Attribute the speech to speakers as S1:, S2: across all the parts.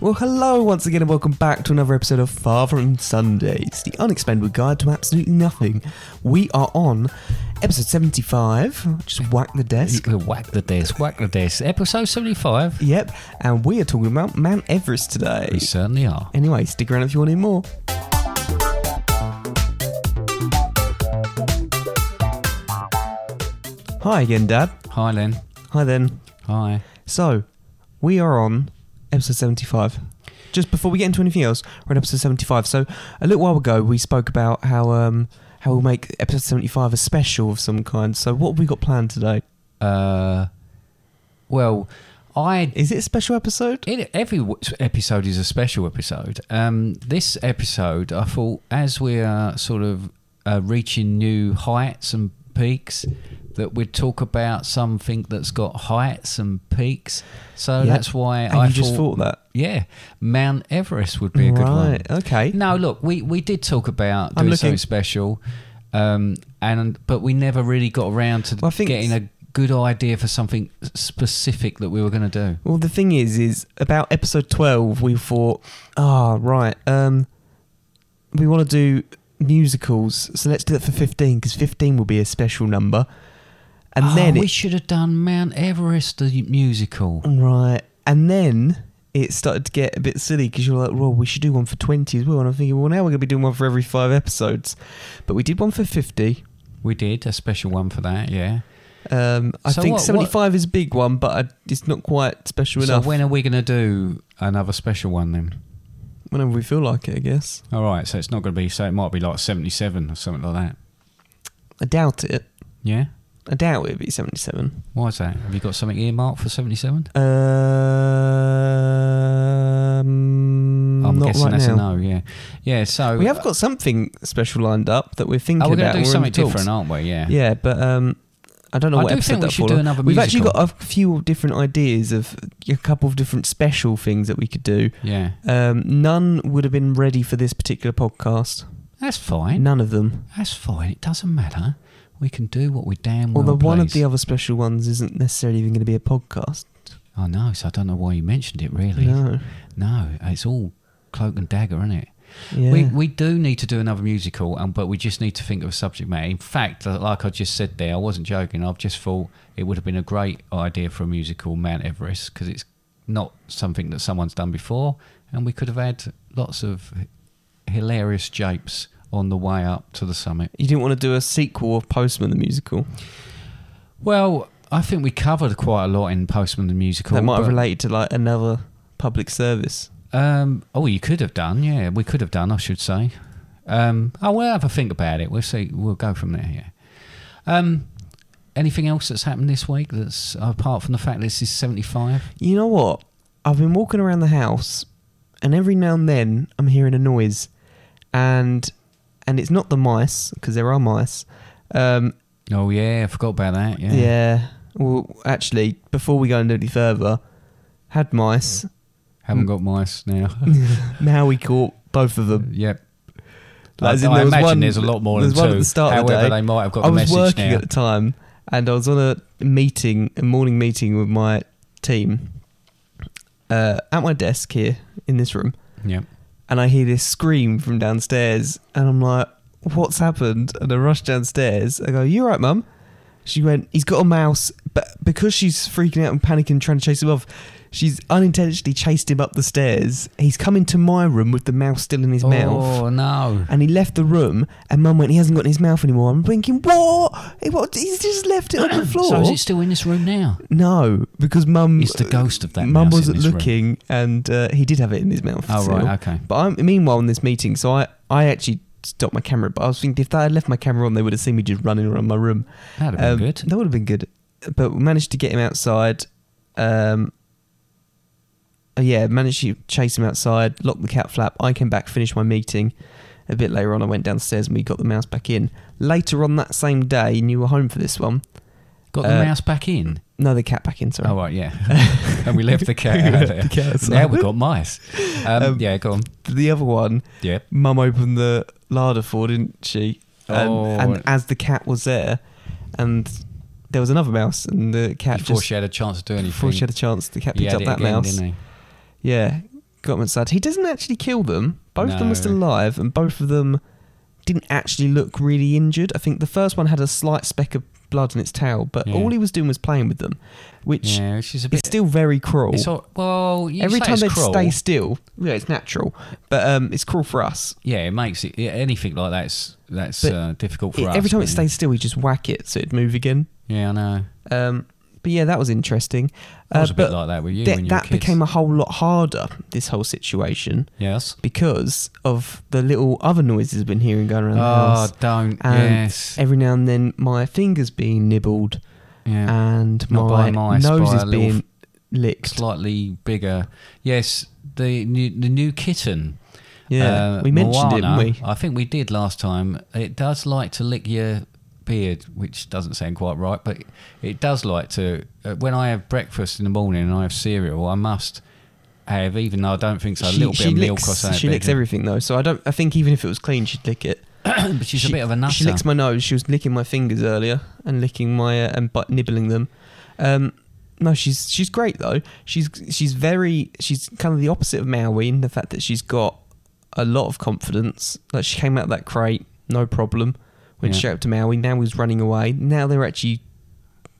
S1: Well, hello once again, and welcome back to another episode of Far From Sundays, the unexpendable guide to absolutely nothing. We are on episode 75. Just whack the desk.
S2: Whack the desk, whack the desk. Episode 75.
S1: Yep, and we are talking about Mount Everest today.
S2: We certainly are.
S1: Anyway, stick around if you want to hear more. Hi again, Dad.
S2: Hi, Len.
S1: Hi then.
S2: Hi.
S1: So, we are on episode 75. Just before we get into anything else, we're on episode 75. So, a little while ago, we spoke about how um, how we'll make episode 75 a special of some kind. So, what have we got planned today?
S2: Uh, well, I.
S1: Is it a special episode?
S2: It, every w- episode is a special episode. Um, this episode, I thought, as we are sort of uh, reaching new heights and peaks, that we'd talk about something that's got heights and peaks. So
S1: Yeah.
S2: Oh, that's why
S1: And
S2: I
S1: you just thought that.
S2: Yeah, Mount Everest would be a good one.
S1: Right, okay.
S2: No, look, we, we did talk about
S1: I'm
S2: doing
S1: looking-
S2: something special, um, and but we never really got around to
S1: Well, I think-
S2: getting a good idea for something specific that we were going to do.
S1: Well, the thing is, is about episode 12, we thought, ah, right, um, we want to do musicals. So, let's do that for 15 because 15 will be a special number. And
S2: Oh,
S1: then
S2: we
S1: it-
S2: should have done Mount Everest the musical.
S1: Right. And then it started to get a bit silly because you're like, well, we should do one for 20 as well. And I'm thinking, well, now we're going to be doing one for every five episodes. But we did one for 50.
S2: We did a special one for that. Yeah.
S1: Um, I
S2: So
S1: think
S2: what- what-
S1: 75 is a big one, but I, it's not quite special
S2: So
S1: enough
S2: when are we going to do another special one then?
S1: whenever we feel like it, I guess.
S2: All right, so it's not going to be. So it might be like seventy-seven or something like that.
S1: I doubt it.
S2: Yeah.
S1: I doubt it'd be 77.
S2: Why is that? Have you got something earmarked for seventy-seven?
S1: Um,
S2: I'm
S1: not
S2: guessing
S1: right
S2: that's
S1: now.
S2: a no. Yeah. Yeah. So
S1: We have got something special lined up that we're thinking
S2: Oh, we're
S1: about.
S2: going to
S1: and
S2: do
S1: we're in
S2: something
S1: talks.
S2: different, aren't we? Yeah.
S1: Yeah, but um, I don't know
S2: I
S1: what
S2: do
S1: episode
S2: think we
S1: that
S2: should
S1: fall
S2: do
S1: on.
S2: another
S1: We've actually
S2: musical.
S1: got a few different ideas of a couple of different special things that we could do.
S2: Yeah.
S1: Um, none would have been ready for this particular podcast.
S2: That's fine.
S1: None of them.
S2: That's fine. It doesn't matter. We can do what we damn well
S1: Although one of the
S2: please.
S1: other special ones isn't necessarily even going to be a podcast.
S2: Oh no! So I don't know why you mentioned it. Really?
S1: No.
S2: No. It's all cloak and dagger, isn't it?
S1: Yeah.
S2: We we do need to do another musical, and but we just need to think of a subject matter. In fact, like I just said there, I wasn't joking. I've just thought it would have been a great idea for a musical, Mount Everest, because it's not something that someone's done before, and we could have had lots of hilarious japes on the way up to the summit.
S1: you didn't want to do a sequel of Postman the musical.
S2: Well, I think we covered quite a lot in Postman the Musical.
S1: that might have
S2: but-
S1: related to like another public service.
S2: Um, oh, you could have done. Yeah, we could have done. I should say. Um, oh, we'll have a think about it. We'll see. We'll go from there. Yeah. Um, anything else that's happened this week? That's apart from the fact this is seventy-five.
S1: You know what? I've been walking around the house, and every now and then I'm hearing a noise, and and it's not the mice because there are mice. Um,
S2: Oh yeah, I forgot about that. Yeah.
S1: yeah. Well, actually, before we go any further, had mice.
S2: Haven't got mice now.
S1: now we caught both of them.
S2: yep.
S1: Like, as
S2: I,
S1: in,
S2: I
S1: there was
S2: imagine
S1: one-
S2: there's a lot more
S1: there's
S2: than
S1: one
S2: two.
S1: at the start of
S2: However,
S1: the day.
S2: they might have got
S1: I
S2: the
S1: was
S2: message
S1: working
S2: now.
S1: at the time, and I was on a meeting, a morning meeting with my team, uh, at my desk here in this room,
S2: Yep.
S1: and I hear this scream from downstairs, and I'm like, "What's happened?" And I rush downstairs. I go, "You all right, mum?" She went, he's got a mouse, but because she's freaking out and panicking, trying to chase him off, she's unintentionally chased him up the stairs. He's come into my room with the mouse still in his mouth.
S2: Oh no!
S1: And he left the room, and Mum went, he hasn't got it in his mouth anymore. I'm thinking, what? He, what? He's just left it on the floor.
S2: So is it still in this room now?
S1: No, because mum.
S2: It's the ghost of that
S1: Mum
S2: mouse in
S1: wasn't
S2: this room.
S1: looking, and uh, he did have it in his mouth.
S2: Oh,
S1: still.
S2: right, okay.
S1: But I'm, meanwhile, in this meeting, so I, I actually stopped my camera. But I was thinking if they had left my camera on, they would have seen me just running around my room.
S2: That'd have been
S1: Um,
S2: good.
S1: That would have been good. But we managed to get him outside. Um, uh, yeah, managed to chase him outside, lock the cat flap. I came back, finished my meeting. A bit later on, I went downstairs and we got the mouse back in. Later on that same day, and you were home for this one.
S2: Got the
S1: uh,
S2: mouse back in.
S1: No, the cat back in. Sorry.
S2: Oh right, yeah. and we left the cat out there.
S1: The cat outside.
S2: now we've got mice. Um, yeah, go on.
S1: The other one,
S2: Yeah.
S1: Mum opened the larder for, didn't she? And,
S2: Oh.
S1: and as the cat was there, and there was another mouse, and the cat
S2: Before
S1: just
S2: she had a chance to do anything.
S1: before she had a chance, the cat
S2: he
S1: picked
S2: had
S1: up
S2: it
S1: that
S2: again,
S1: mouse.
S2: didn't he?
S1: Yeah, got him inside. He doesn't actually kill them. Both of them
S2: No.
S1: were still alive, and both of them didn't actually look really injured. I think the first one had a slight speck of blood in its tail, but
S2: Yeah.
S1: all he was doing was playing with them, which
S2: Yeah, which is a
S1: is
S2: bit.
S1: still very cruel.
S2: It's all, well, you
S1: Every
S2: say
S1: time
S2: it's
S1: they
S2: cruel.
S1: stay still, yeah, it's natural, but um, it's cruel for us.
S2: Yeah, it makes it yeah, anything like that's that's
S1: But
S2: uh, difficult for
S1: It-
S2: us.
S1: every time it
S2: but-
S1: stays still, we just whack it so it'd move again.
S2: Yeah, I know.
S1: Um, but yeah, that was interesting.
S2: I was a bit
S1: Uh, but
S2: like that with you
S1: that-
S2: when you were
S1: that
S2: kids.
S1: became a whole lot harder. This whole situation
S2: Yes.
S1: because of the little other noises I've been hearing going around the
S2: Oh,
S1: house.
S2: don't.
S1: And
S2: yes.
S1: every now and then, my fingers being nibbled
S2: yeah.
S1: and
S2: Not
S1: my
S2: by mice,
S1: nose
S2: by
S1: is
S2: a little
S1: being
S2: f-
S1: licked.
S2: Slightly bigger. Yes, the new, the new kitten.
S1: Yeah,
S2: uh,
S1: we mentioned
S2: Moana,
S1: it, didn't we?
S2: I think we did last time. It does like to lick your beard, which doesn't sound quite right, but it does like to. Uh, when I have breakfast in the morning and I have cereal, I must have, even though I don't think so, a little bit of milk or
S1: licks,
S2: something.
S1: she licks everything though, so I don't. I think even if it was clean, she'd lick it.
S2: But she's
S1: she,
S2: a bit of a nutter.
S1: She licks my nose. She was licking my fingers earlier and licking my uh, and but nibbling them. Um, no, she's she's great though. She's she's very she's kind of the opposite of Maui in the fact that she's got a lot of confidence. Like she came out of that crate, no problem. Went
S2: Yeah.
S1: straight up to Maui. Now he's running away. Now they're actually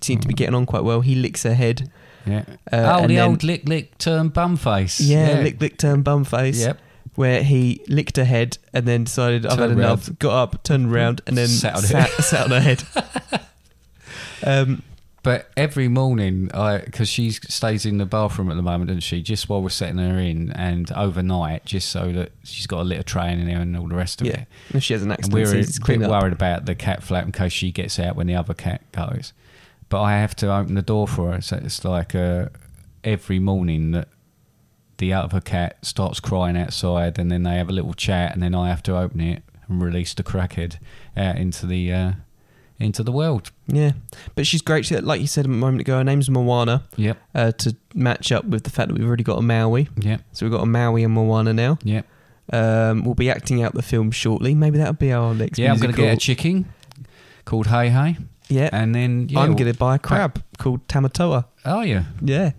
S1: seem to be getting on quite well. He licks her head.
S2: Yeah.
S1: Uh,
S2: Hmm. oh,
S1: and
S2: the
S1: then-
S2: old lick lick turn bum face.
S1: Yeah, lick lick turn bum face.
S2: Yep.
S1: Where he licked her head and then decided I've had
S2: Turned
S1: enough, got up, turned around, and then
S2: Sat
S1: sat
S2: on
S1: on,
S2: it.
S1: sat, sat on her head. um,
S2: But every morning, I because she stays in the bathroom at the moment, doesn't she? Just while we're setting her in, and overnight, just so that she's got a litter tray in there and all the rest of
S1: yeah,
S2: it.
S1: if she has an
S2: And
S1: accident,
S2: we're a
S1: it's
S2: bit
S1: clean up.
S2: worried about the cat flap in case she gets out when the other cat goes. But I have to open the door for her, so it's like uh, every morning that the other cat starts crying outside, and then they have a little chat, and then I have to open it and release the crackhead out into the uh, into the world.
S1: Yeah, but she's great. She, like you said a moment ago, her name's Moana.
S2: Yep,
S1: Uh, to match up with the fact that we've already got a Maui,
S2: yep,
S1: so we've got a Maui and Moana now.
S2: yep.
S1: Um, we'll be acting out the film shortly. Maybe that'll be our next.
S2: Yeah, I'm going to
S1: musical.
S2: get a chicken called Hey Hey,
S1: Yeah,
S2: and then yeah,
S1: I'm
S2: we'll-
S1: going to buy a crab called Tamatoa.
S2: Are you?
S1: Yeah,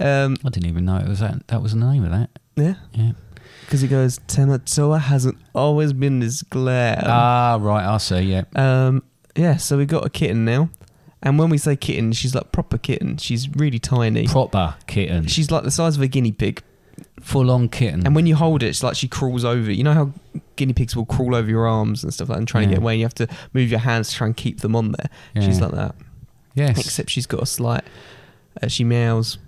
S1: um,
S2: I didn't even know it was that. That was the name of that.
S1: yeah.
S2: Yeah.
S1: Because he goes, Tamatoa hasn't always been this glad.
S2: Ah, right. I see. Yeah.
S1: um, yeah, so we got a kitten now. And when we say kitten, she's like proper kitten. She's really tiny.
S2: Proper kitten.
S1: she's like the size of a guinea pig.
S2: Full on kitten.
S1: And when you hold it, it's like she crawls over. You know how guinea pigs will crawl over your arms and stuff like that and try and
S2: Yeah.
S1: get away. And you have to move your hands to try and keep them on there. She's
S2: Yeah.
S1: like that.
S2: yes.
S1: Except she's got a slight. Uh, she meows.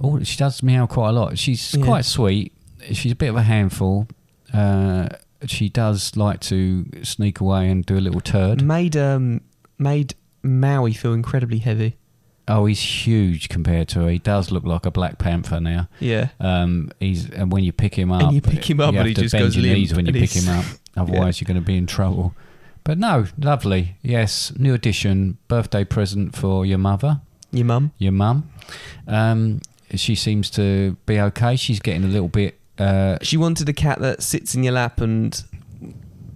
S2: Oh, she does meow quite a lot. She's
S1: Yeah.
S2: quite sweet. She's a bit of a handful. Uh, she does like to sneak away and do a little turd.
S1: Made um made Maui feel incredibly heavy.
S2: Oh, he's huge compared to her. He does look like a black panther now.
S1: Yeah.
S2: Um, he's and when you pick him up,
S1: And you pick him up
S2: you
S1: and
S2: have
S1: he
S2: to
S1: just
S2: bend
S1: goes
S2: your
S1: limp
S2: knees when you
S1: and
S2: pick
S1: he's-
S2: him up. Otherwise, you're going to be in trouble. But no, lovely. Yes, new addition, birthday present for your mother,
S1: Your mum.
S2: your mum. Um, she seems to be okay. She's getting a little bit. Uh,
S1: She wanted a cat that sits in your lap and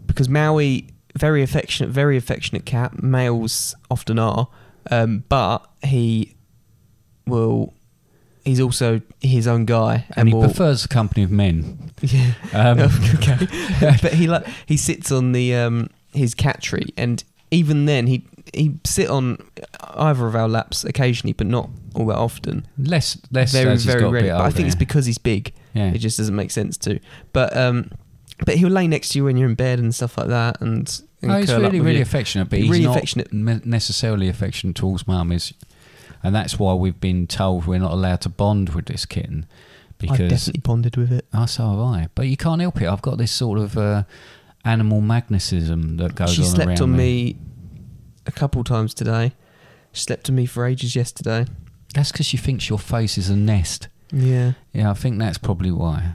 S1: because Maui very affectionate, very affectionate cat. Males often are, um, but he will. He's also his own guy,
S2: and
S1: and,
S2: he
S1: will.
S2: prefers the company of men.
S1: yeah.
S2: Um,
S1: okay. but he like he sits on the um, his cat tree and even then, he he'd sit on either of our laps occasionally, but not all that often.
S2: Less, less.
S1: very,
S2: as he's
S1: very
S2: got a
S1: rarely.
S2: bit
S1: But I
S2: older,
S1: think it's
S2: yeah.
S1: because he's big.
S2: Yeah.
S1: It just doesn't make sense to. But um, but he'll lay next to you when you're in bed and stuff like that, and, and
S2: Oh, he's
S1: curl up
S2: really,
S1: with
S2: really
S1: you.
S2: affectionate, but
S1: He's
S2: he's
S1: really
S2: not
S1: affectionate.
S2: me- necessarily affectionate towards mum. Is, and that's why we've been told we're not allowed to bond with this kitten
S1: I've
S2: because
S1: definitely bonded with it.
S2: oh, so have I. But you can't help it. I've got this sort of uh, animal magnetism that goes
S1: She
S2: on
S1: slept
S2: around
S1: on
S2: me.
S1: me a couple times today. She slept on me for ages yesterday.
S2: That's because she thinks your face is a nest.
S1: Yeah,
S2: Yeah, I think that's probably why.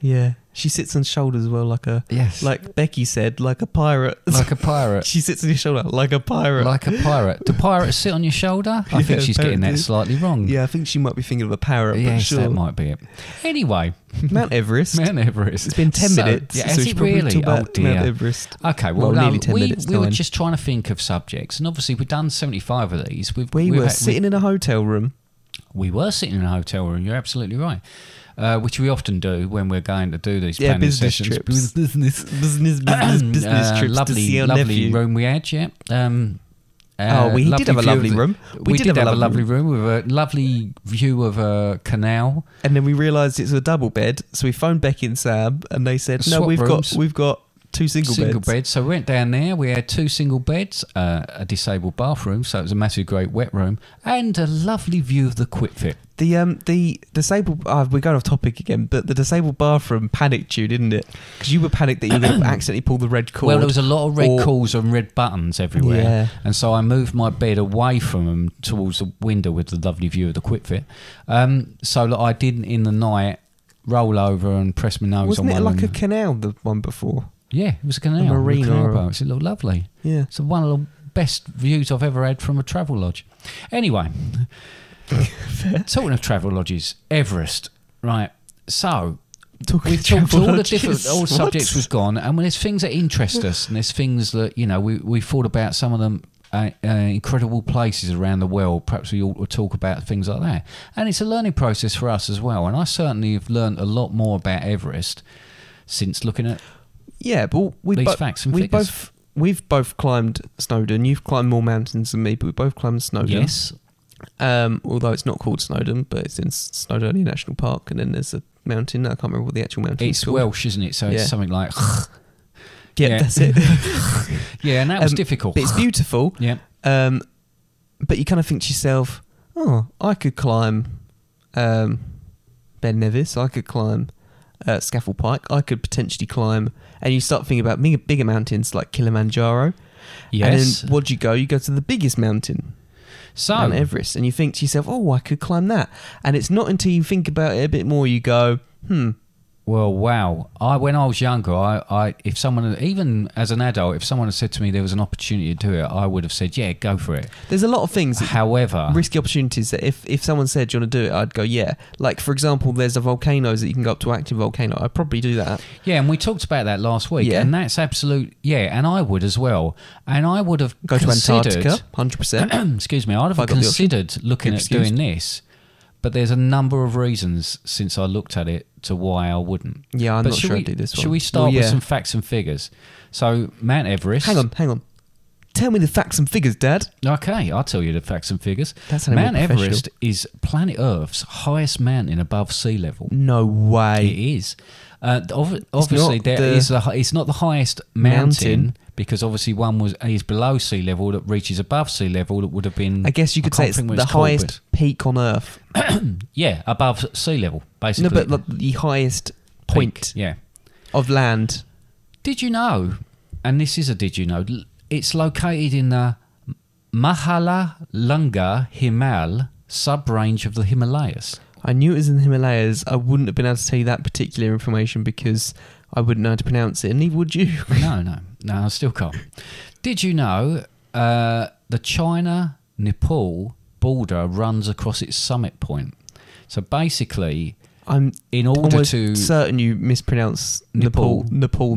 S1: yeah. She sits on shoulders as well, like a
S2: Yes, like
S1: like Becky said, like a pirate.
S2: like a pirate.
S1: she sits on your shoulder like a pirate.
S2: Like a pirate. Do pirates sit on your shoulder? I
S1: Yeah,
S2: think she's getting that
S1: apparently.
S2: slightly wrong.
S1: yeah, I think she might be thinking of a parrot, but
S2: yes,
S1: sure.
S2: that might be it. Anyway,
S1: Mount Everest.
S2: Mount Everest.
S1: It's been ten
S2: So-
S1: minutes.
S2: Yeah,
S1: so
S2: has
S1: we should
S2: it
S1: probably
S2: really?
S1: talk
S2: Oh
S1: about
S2: dear.
S1: Mount Everest.
S2: Okay, well,
S1: Well,
S2: no,
S1: nearly 10
S2: we,
S1: minutes,
S2: we were
S1: nine.
S2: just trying to think of subjects, and obviously we've done seventy-five of these. We've,
S1: We
S2: we've
S1: were
S2: had-
S1: sitting in a hotel room.
S2: We, we were sitting in a hotel room. You're absolutely right, uh, which we often do when we're going to do these
S1: Yeah,
S2: planning
S1: business
S2: sessions.
S1: trips.
S2: Business,
S1: Business, business, business
S2: Uh,
S1: trips
S2: lovely,
S1: to see our
S2: lovely
S1: nephew.
S2: room we had. Yeah. Um, uh,
S1: Oh, we did have a
S2: view of
S1: lovely
S2: the-
S1: room.
S2: We, did, have, a lovely room. with a lovely view of a canal.
S1: And then we realised it's a double bed, so we phoned Becky and Sam, and they said, "No,
S2: Swap
S1: we've
S2: rooms.
S1: got we've got two single, beds."
S2: So we went down there. We had two single beds, uh, a disabled bathroom, so it was a massive, great wet room, and a lovely view of the Quitfit.
S1: The um the disabled uh, we're going off topic again, but the disabled bathroom panicked you, didn't it? Because you were panicked that you were going to accidentally pull the red cord.
S2: Well, there was a lot of red
S1: or-
S2: calls and red buttons everywhere,
S1: Yeah.
S2: and so I moved my bed away from them towards the window with the lovely view of the Quitfit, um, so that I didn't in the night roll over and press my nose
S1: Wasn't
S2: on
S1: it
S2: one.
S1: like a
S2: and-
S1: canal the one before?
S2: yeah, it was a canal, a
S1: marina
S2: canal
S1: or a-
S2: bar. It's- It looked lovely.
S1: Yeah.
S2: It's one of the best views I've ever had from a travel lodge. Anyway, talking of travel lodges, Everest, right? So
S1: Talking
S2: we've
S1: of
S2: talked to
S1: travel
S2: all the
S1: lodges.
S2: different all
S1: What?
S2: subjects we've gone, and when there's things that interest us, and there's things that you know we we thought about some of them. Uh, uh, incredible places around the world. Perhaps we ought to talk about things like that. And it's a learning process for us as well. And I certainly have learned a lot more about Everest since looking at
S1: Yeah, but we
S2: These
S1: both
S2: facts and
S1: we
S2: figures.
S1: both we've both climbed Snowdon. You've climbed more mountains than me, but we both climbed Snowdon.
S2: yes,
S1: Um, although it's not called Snowdon, but it's in S- Snowdonia National Park, and then there's a mountain. I can't remember what the actual mountain is
S2: it's
S1: called.
S2: Welsh, isn't it? So
S1: Yeah.
S2: it's something like
S1: yeah,
S2: yeah.
S1: that's it.
S2: yeah, and that was
S1: Um,
S2: difficult.
S1: but it's beautiful.
S2: Yeah.
S1: Um, but you kind of think to yourself, oh, I could climb um, Ben Nevis, I could climb uh, Scaffold Pike, I could potentially climb, and you start thinking about bigger, bigger mountains like Kilimanjaro.
S2: Yes. Oh.
S1: And then what do you go? You go to the biggest mountain,
S2: so
S1: Mount Everest, and you think to yourself, oh, I could climb that. And it's not until you think about it a bit more you go, hmm,
S2: well, wow. I when I was younger, I, I if someone even as an adult, if someone had said to me there was an opportunity to do it, I would have said, yeah, go for it.
S1: there's a lot of things that
S2: However,
S1: risky opportunities that if, if someone said, Do you want to do it? I'd go, Yeah. Like, for example, there's a volcanoes that you can go up to active volcano. I'd probably do that.
S2: yeah, and we talked about that last week,
S1: Yeah.
S2: and that's absolute. Yeah, and I would as well, and I would have
S1: Go to
S2: considered,
S1: Antarctica, 100%.
S2: excuse me, I'd
S1: I
S2: have
S1: got the option.
S2: considered looking
S1: You're
S2: at
S1: excused.
S2: doing this, but there's a number of reasons since I looked at it to why I wouldn't.
S1: Yeah, I'm
S2: But
S1: not
S2: should
S1: sure
S2: we,
S1: I'd do this
S2: Should
S1: one.
S2: we start
S1: Well,
S2: with
S1: yeah.
S2: some facts and figures? So Mount Everest.
S1: hang on, hang on. Tell me the facts and figures, Dad.
S2: Okay, I'll tell you the facts and figures.
S1: That's how
S2: Mount
S1: we're professional.
S2: Everest is planet Earth's highest mountain above sea level.
S1: No
S2: It
S1: way.
S2: is. Uh, obv- obviously,
S1: not
S2: there
S1: the-
S2: is the, hi- it's not the highest mountain,
S1: Mountain.
S2: because obviously one was is below sea level that reaches above sea level that would have been.
S1: I guess you could say
S2: can't
S1: it's
S2: think
S1: the
S2: what called,
S1: highest peak on Earth.
S2: but- yeah, above sea level
S1: No,
S2: basically.
S1: but like, the highest
S2: Peak,
S1: point
S2: Yeah.
S1: of land.
S2: Did you know? And this is a did you know? l- It's located in the Mahalalunga Himal sub-range of the Himalayas.
S1: I knew it was in the Himalayas. I wouldn't have been able to tell you that particular information because I wouldn't know how to pronounce it, and neither would you.
S2: No, no, no, I still can't. Did you know uh, the China Nepal border runs across its summit point? So basically,
S1: I'm
S2: in order
S1: almost
S2: to
S1: certain you mispronounce Nepal.
S2: Nepal.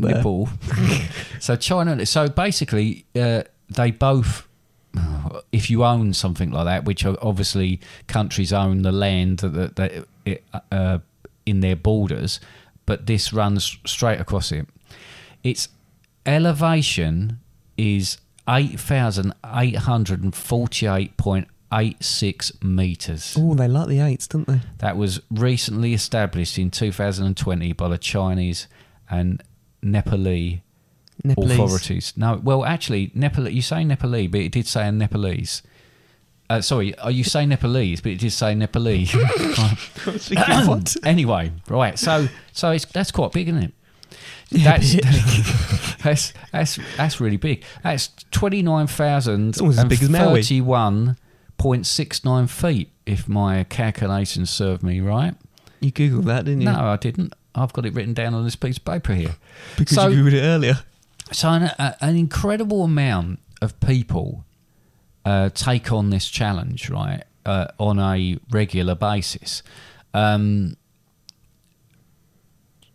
S1: Nepal there.
S2: Nepal, so China, so basically, uh, they both. uh, If you own something like that, which are obviously countries own the land that, that, that uh, in their borders, but this runs straight across it. Its elevation is 8,848.86 metres.
S1: Oh, they like the eights, don't they?
S2: that was recently established in 2020 by the Chinese and Nepali
S1: Nepalese.
S2: authorities. No, well, actually, Nepal. You say Nepali, but it did say in Nepalese. Uh, sorry, uh, you say Nepalese, but it did say Nepali. anyway, right. So, so it's that's quite big, isn't it? That's, that's that's that's really big. That's twenty nine thousand
S1: It's almost as big as Maui.
S2: thirty one point six nine feet, if my calculations serve me right.
S1: You googled that, didn't you?
S2: No, I didn't. I've got it written down on this piece of paper here.
S1: because
S2: So-
S1: you googled it earlier.
S2: So an, a, an incredible amount of people uh, take on this challenge, right, uh, on a regular basis. Um,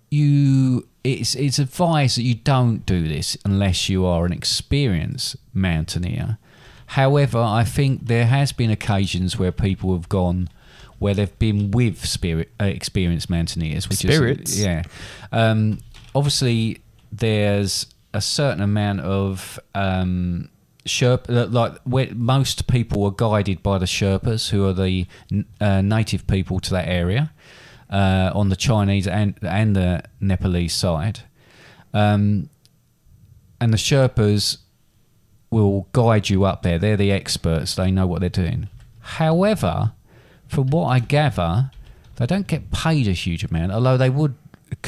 S2: you, it's it's advised that you don't do this unless you are an experienced mountaineer. However, I think there has been occasions where people have gone where they've been with spirit uh, experienced mountaineers, which
S1: Spirits?
S2: is yeah. Um, obviously, there's a certain amount of um, Sherp, uh, like where most people are guided by the Sherpas, who are the n- uh, native people to that area, uh, on the Chinese and and the Nepalese side, um, and the Sherpas will guide you up there. They're the experts. They know what they're doing. However, from what I gather, they don't get paid a huge amount, although they would,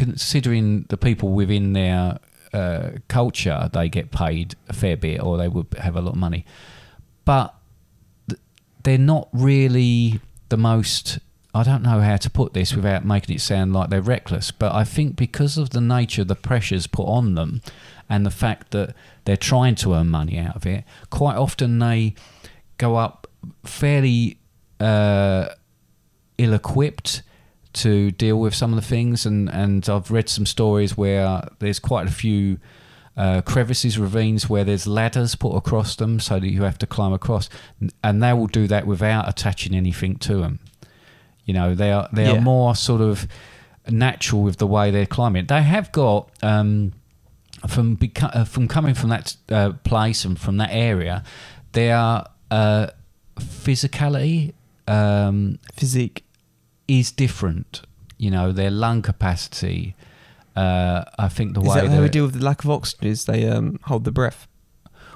S2: considering the people within their uh, culture, they get paid a fair bit or they would have a lot of money. But th- they're not really the most. I don't know how to put this without making it sound like they're reckless, but I think because of the nature of the pressures put on them and the fact that they're trying to earn money out of it, quite often they go up fairly uh, ill equipped to deal with some of the things and and I've read some stories where there's quite a few uh, crevices ravines where there's ladders put across them so that you have to climb across and they will do that without attaching anything to them you know they are they
S1: Yeah.
S2: are more sort of natural with the way they're climbing they have got um, from beco- uh, from coming from that uh, place and from that area their uh, physicality um,
S1: Physique.
S2: is different. You know, their lung capacity. Uh, I think the
S1: Is
S2: way
S1: that how
S2: they're-
S1: we deal with the lack of oxygen? Is they um, hold the breath?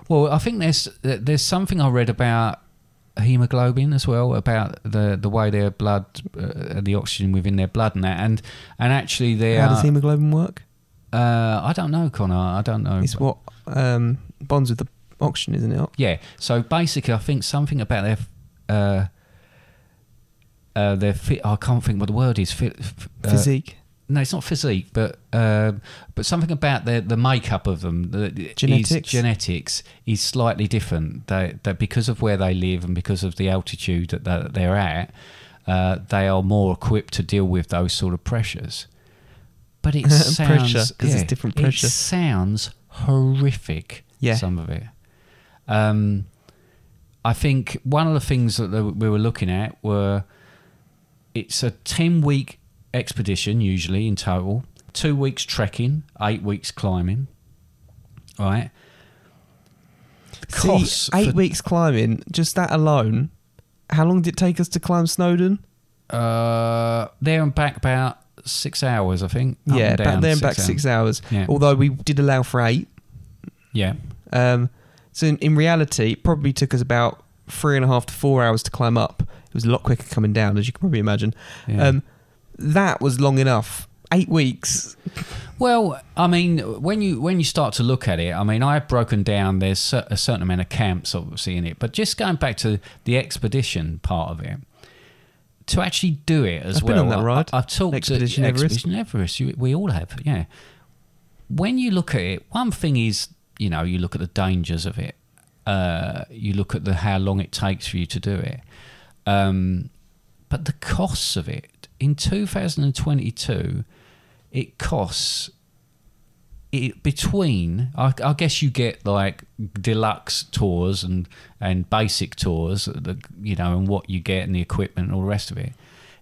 S2: Well, I think there's there's something I read about hemoglobin as well about the the way their blood, uh, the oxygen within their blood, and that, and and actually their.
S1: How does hemoglobin work?
S2: uh, I don't know, Connor. I don't know.
S1: It's what um, bonds with the oxygen, isn't it?
S2: Yeah. So basically, I think something about their. Uh, uh, their fit, I can't think what the word is. Fit, f- uh,
S1: Physique.
S2: no, it's not physique, but um but something about the the makeup of them, the, is-
S1: Genetics?
S2: genetics is slightly different. They, that because of where they live and because of the altitude that they're, they're at, uh, they are more equipped to deal with those sort of pressures. But it
S1: Pressure,
S2: sounds
S1: 'cause it's different pressure.
S2: It sounds horrific.
S1: Yeah.
S2: some of it. Um, I think one of the things that they- we were looking at were it's a 10 week expedition usually in total two weeks trekking eight weeks climbing right costs
S1: See, eight
S2: for-
S1: weeks climbing, just that alone. How long did it take us to climb Snowdon?
S2: uh there and back about six hours i think Up
S1: yeah,
S2: and
S1: back
S2: down,
S1: there and back six hours.
S2: Yeah.
S1: Although we did allow for eight.
S2: yeah
S1: Um, so in, in reality, it probably took us about three and a half to four hours to climb up. It was a lot quicker coming down, as you can probably imagine.
S2: Yeah.
S1: Um, that was long enough. Eight weeks.
S2: Well, I mean, when you when you start to look at it, I mean, I've broken down. There's cer- a certain amount of camps, obviously, in it. But just going back to the expedition part of it, to actually do it as
S1: I've been
S2: well.
S1: on that ride.
S2: I, have talked
S1: Expedition
S2: to
S1: Everest.
S2: Expedition Everest. You, we all have, yeah. When you look at it, one thing is, you know, you look at the dangers of it. Uh, you look at the how long it takes for you to do it. Um, but the costs of it in 2022, it costs it, between. I, I guess you get like deluxe tours and and basic tours, uh, the, you know, and what you get and the equipment and all the rest of it.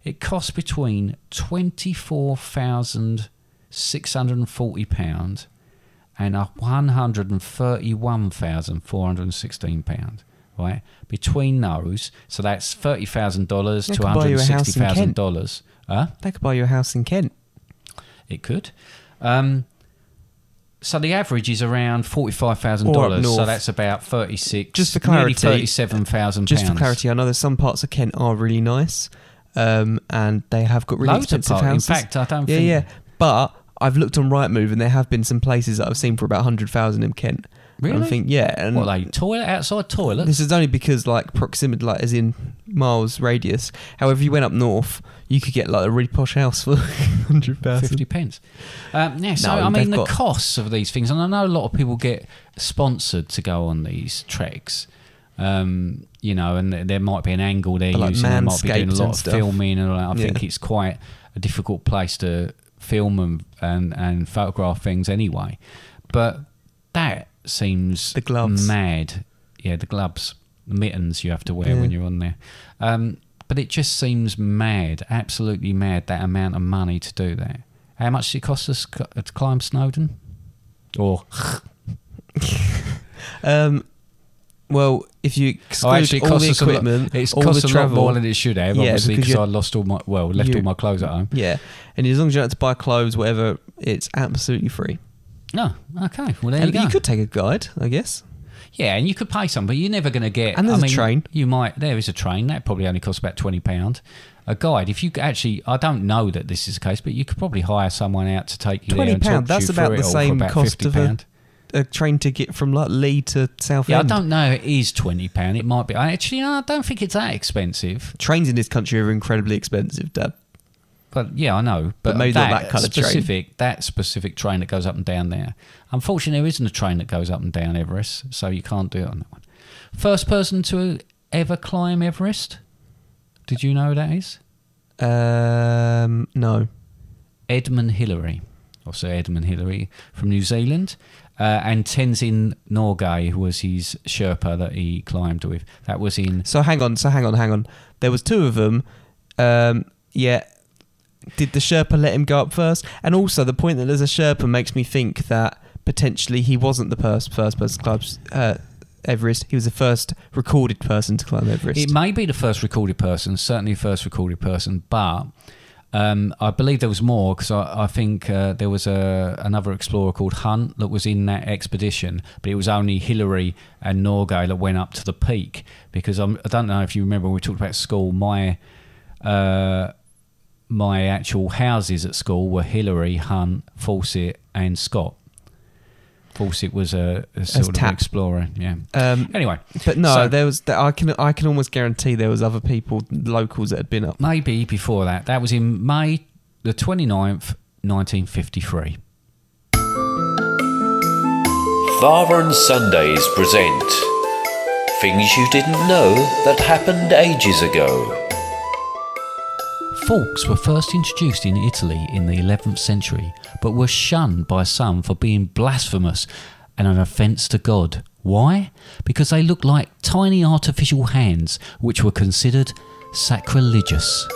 S2: It costs between twenty four thousand six hundred and forty pound and a £131,416, right? Between those, so that's $30,000
S1: That
S2: to
S1: could buy you a house in Kent.
S2: $160,000. Huh?
S1: They could buy you a house in Kent.
S2: It could. Um, so the average is around forty-five thousand
S1: Or up
S2: dollars.
S1: north.
S2: So that's about thirty-six.
S1: Just for
S2: nearly
S1: clarity-
S2: thirty-seven thousand.
S1: Just for clarity, I know that some parts of Kent are really nice, um, and they have got really
S2: Loads of
S1: expensive
S2: parts. In
S1: houses.
S2: fact, I don't
S1: Yeah,
S2: think-
S1: yeah. But I've looked on Rightmove, and there have been some places that I've seen for about hundred thousand in Kent. And I
S2: Really?
S1: think yeah. And
S2: What are they toilet outside toilets?
S1: um, This is only because like proximity, like as in miles radius. However, you went up north, you could get like a really posh house for hundred
S2: Fifty
S1: thousand.
S2: pence. Um, yeah, so
S1: uh, No,
S2: I
S1: they've
S2: mean the
S1: got-
S2: costs of these things, and I know a lot of people get sponsored to go on these treks. Um, you know, and th- there might be an angle they're
S1: But, like,
S2: using. They might be doing
S1: Manscaped
S2: a
S1: and
S2: lot of
S1: stuff.
S2: filming, and all that. I
S1: Yeah.
S2: think it's quite a difficult place to film and and, and photograph things anyway. But that seems
S1: The gloves.
S2: mad. Yeah, the gloves, the mittens you have to wear when
S1: Yeah.
S2: you're on there. Um, but it just seems mad, absolutely mad, that amount of money to do that. How much did it cost us c- uh, to climb Snowden? Or
S1: Um, well, if you exclude
S2: oh, actually, it
S1: all
S2: cost
S1: the
S2: us a lot-
S1: equipment,
S2: it's
S1: all
S2: cost
S1: the
S2: a lot
S1: travel,
S2: more than it should have,
S1: Yeah,
S2: obviously,
S1: because
S2: because
S1: you-
S2: I lost all my well, left
S1: you- Mm.
S2: all my clothes at home.
S1: yeah, and as long as you don't have to buy clothes, whatever, it's absolutely free.
S2: No, Ah, okay, well there
S1: and
S2: you go.
S1: could take a guide, I guess.
S2: yeah, and you could pay some, but you're never going to get.
S1: And there's
S2: I
S1: a
S2: mean,
S1: train.
S2: You might there is a train that probably only costs about twenty pound. A guide, if you actually, I don't know that this is the case, but you could probably hire someone out to take you there
S1: Twenty
S2: and talk
S1: pound.
S2: to you
S1: That's
S2: through
S1: about
S2: it
S1: the
S2: all for
S1: same
S2: about
S1: cost of a,
S2: £50.
S1: a train ticket from like Lee to South
S2: Yeah, I don't know. It is twenty pound. It might be. I actually, I don't think it's that expensive.
S1: Trains in this country are incredibly expensive, Dad.
S2: But yeah, I know. But,
S1: maybe not
S2: that,
S1: that colour train.
S2: specific, that specific train that goes up and down there. Unfortunately, there isn't a train that goes up and down Everest, so you can't do it on that one. First person to ever climb Everest. Did you know who that is?
S1: Um, no.
S2: Edmund Hillary, or Sir Edmund Hillary from New Zealand, uh, and Tenzin Norgay, who was his Sherpa that he climbed with. That was in
S1: So hang on, so hang on, hang on. There was two of them. Um, yeah. Did the Sherpa let him go up first? And also, the point that there's a Sherpa makes me think that potentially he wasn't the first first person to climb uh, Everest. He was the first recorded person to climb Everest.
S2: It may be the first recorded person, certainly the first recorded person, but um, I believe there was more because I, I think uh, there was a, another explorer called Hunt that was in that expedition, but it was only Hillary and Norgay that went up to the peak because I'm, I don't know if you remember when we talked about school, my. Uh, my actual houses at school were Hillary, Hunt, Fawcett, and Scott. Fawcett was a, a sort of
S1: tap.
S2: explorer, yeah.
S1: Um,
S2: anyway,
S1: But no,
S2: so-
S1: there was. I can I can almost guarantee there was other people, locals that had been up.
S2: maybe before that. That was in May the 29th, 1953.
S3: Varun Sundays present Things You Didn't Know That Happened Ages Ago.
S2: Forks were first introduced in Italy in the 11th century, but were shunned by some for being blasphemous and an offence to God. Why? Because they looked like tiny artificial hands, which were considered sacrilegious.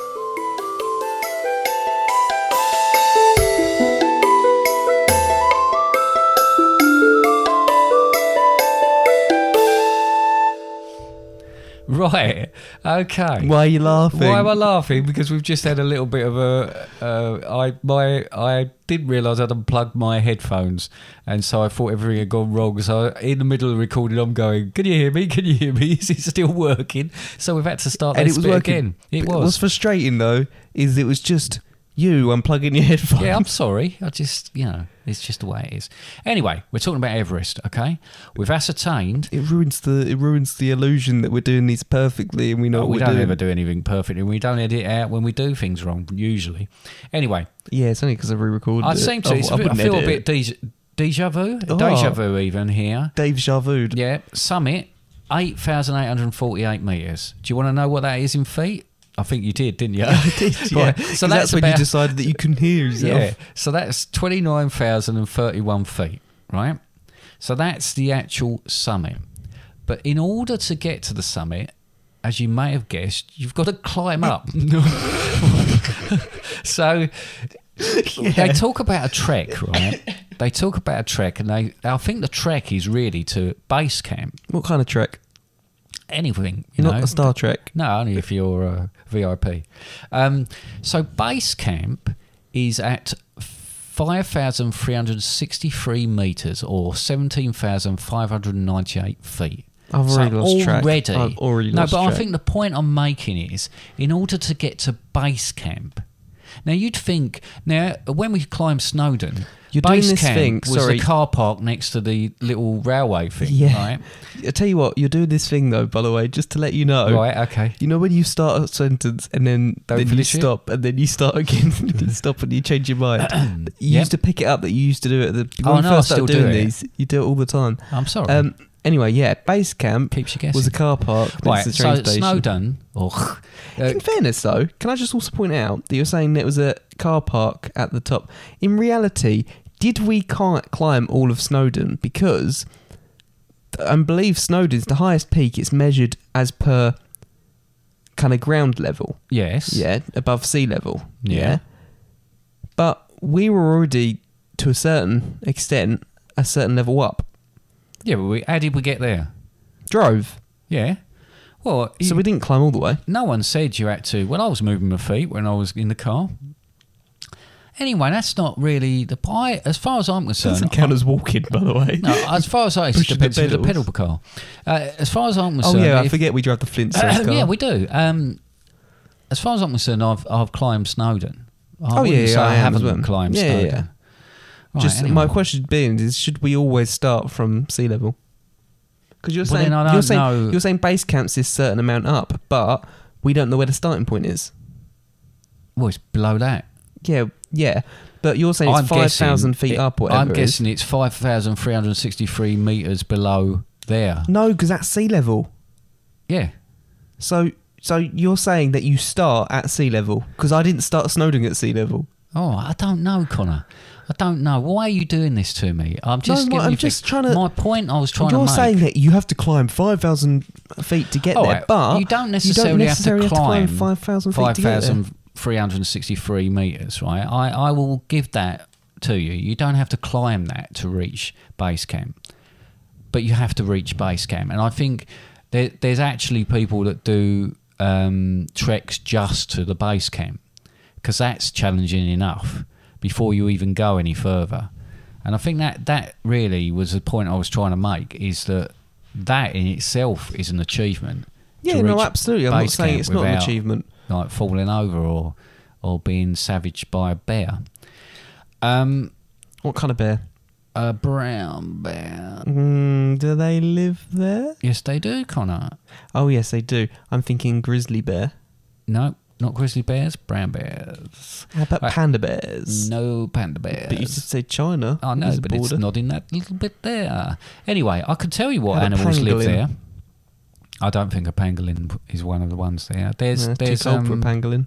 S2: Right. Okay.
S1: Why are you laughing?
S2: Why am I laughing? Because we've just had a little bit of a. Uh, I my I did realise I'd unplugged my headphones, and so I thought everything had gone wrong. So in the middle of recording, I'm going, "Can you hear me? Can you hear me? Is it still working?" So we've had to start.
S1: and
S2: that
S1: it was
S2: bit
S1: working.
S2: Again. It
S1: But
S2: was.
S1: What's frustrating though is it was just you unplugging your headphones.
S2: yeah, I'm sorry. I just, you know, it's just the way it is. Anyway, we're talking about Everest, okay? We've ascertained
S1: it ruins the it ruins the illusion that we're doing these perfectly and we know
S2: Oh,
S1: what
S2: we
S1: we're
S2: don't
S1: doing.
S2: ever do anything perfectly. We don't edit out when we do things wrong, usually. Anyway,
S1: Yeah, it's only because I re-recorded.
S2: I
S1: it.
S2: seem to.
S1: I-
S2: it's a
S1: I
S2: bit- I
S1: wouldn't
S2: feel a
S1: edit
S2: bit
S1: it.
S2: deja, deja vu,
S1: Oh.
S2: deja vu even here.
S1: Dave Jarvu'd.
S2: Yeah, summit eight thousand eight hundred forty-eight meters. Do you want to know what that is in feet? I think you did, didn't you?
S1: Yeah,
S2: Right,
S1: 'cause
S2: So that's,
S1: when you
S2: about-
S1: decided that you couldn't hear yourself.
S2: Yeah, so that's twenty-nine thousand and thirty-one feet, right? So that's the actual summit. But in order to get to the summit, as you may have guessed, you've got to climb up. so they talk about a trek, right? They talk about a trek, and they I think the trek is really to base camp.
S1: What kind of Trek?
S2: Anything, you
S1: You're not
S2: know.
S1: a Star Trek.
S2: No, only if you're uh, a VIP. Um, so base camp is at 5,363 metres or 17,598 feet.
S1: I've
S2: So
S1: already lost track.
S2: already,
S1: I've already
S2: no,
S1: lost
S2: but I
S1: track.
S2: think the point I'm making is in order to get to base camp. Now you'd think now when we climbed Snowdon,
S1: You're doing
S2: base
S1: this
S2: camp
S1: thing-
S2: was
S1: sorry.
S2: the car park next to the little railway thing,
S1: Yeah.
S2: right?
S1: I tell you what, you're doing this thing though, by the way, just to let you know.
S2: Right, okay.
S1: You know when you start a sentence and then,
S2: Don't
S1: then you
S2: finish it?
S1: stop and then you start again and you stop and you change your mind. you
S2: Yep.
S1: used to pick it up that you used to do it at the
S2: Oh,
S1: when you
S2: no, I
S1: first started
S2: still do
S1: doing
S2: it.
S1: these. You do it all the time.
S2: I'm sorry.
S1: Um anyway, yeah, base camp
S2: Keeps you guessing.
S1: was a car park next
S2: right,
S1: to the
S2: so
S1: train station.
S2: Snowdon, oh, uh,
S1: In fairness, though, can I just also point out that you're saying that it was a car park at the top? In reality, did we ca- climb all of Snowdon? Because I believe Snowdon's the highest peak. It's measured as per kind of ground level,
S2: yes,
S1: yeah, above sea level,
S2: Yeah.
S1: But we were already, to a certain extent, a certain level up.
S2: yeah. But we, how did we get there?
S1: Drove,
S2: Yeah. Well,
S1: so
S2: you-
S1: we didn't climb all the way.
S2: no one said you had to. When I was moving my feet when I was in the car. Anyway, that's not really the I, As far as I'm concerned,
S1: Doesn't count as walking, by the way.
S2: no, as far as I it
S1: Pushing the
S2: depends with the pedal
S1: pedals.
S2: car. Uh, as far as I'm
S1: Oh
S2: concerned,
S1: yeah, I
S2: if-
S1: forget we drove the Flintstones car.
S2: yeah, we do. Um, as far as I'm concerned, I've I've climbed Snowdon. I
S1: Oh, yeah,
S2: wouldn't
S1: yeah,
S2: say I,
S1: I am as
S2: haven't
S1: well.
S2: climbed
S1: Yeah, yeah,
S2: Snowdon.
S1: yeah.
S2: Right,
S1: Just
S2: anyway.
S1: my question being is, should we always start from sea level? Because you're
S2: Well,
S1: saying
S2: then I
S1: you're
S2: don't
S1: saying
S2: know.
S1: you're saying base camps is certain amount up, but we don't know where the starting point is.
S2: well, it's below that.
S1: Yeah, yeah. But you're saying it's
S2: I'm
S1: five
S2: guessing
S1: thousand feet
S2: it-
S1: up, whatever.
S2: I'm
S1: it is.
S2: guessing it's 5,363 metres below there.
S1: no, because that's sea level.
S2: Yeah.
S1: So, so you're saying that you start at sea level? Because I didn't start Snowdon at sea level.
S2: Oh, I don't know, Connor. I don't know. Why are you doing this to me? I'm
S1: No,
S2: just. giving
S1: what- I'm
S2: you
S1: just
S2: things.
S1: trying to-
S2: My point. I was trying
S1: you're
S2: to make.
S1: saying that you have to climb five thousand feet to get
S2: All
S1: there,
S2: right,
S1: but
S2: you don't necessarily,
S1: necessarily
S2: have to climb,
S1: five thousand feet to get there.
S2: 5,363 metres, right? I, I will give that to you. You don't have to climb that to reach base camp, but you have to reach base camp. And I think there, there's actually people that do um, treks just to the base camp because that's challenging enough before you even go any further. And I think that that really was the point I was trying to make is that that in itself is an achievement. to
S1: Yeah, no,
S2: reach
S1: absolutely. I'm not
S2: base
S1: saying
S2: camp
S1: it's not an
S2: without,
S1: achievement.
S2: Like falling over or or being savaged by a bear. Um,
S1: What kind of bear?
S2: a brown bear.
S1: Mm, do they live there?
S2: Yes, they do, Connor.
S1: Oh yes, they do. I'm thinking grizzly bear.
S2: No, not grizzly bears, brown bears.
S1: How about
S2: Right.
S1: panda bears?
S2: No panda bears.
S1: But you should say China.
S2: I know,
S1: There's a
S2: but it's
S1: border.
S2: not in that little bit there. Anyway, I could tell you what
S1: How about
S2: animals live
S1: pangolin?
S2: there. I don't think a pangolin is one of the ones there. There's,
S1: Yeah,
S2: there's,
S1: too cold for a
S2: um,
S1: pangolin.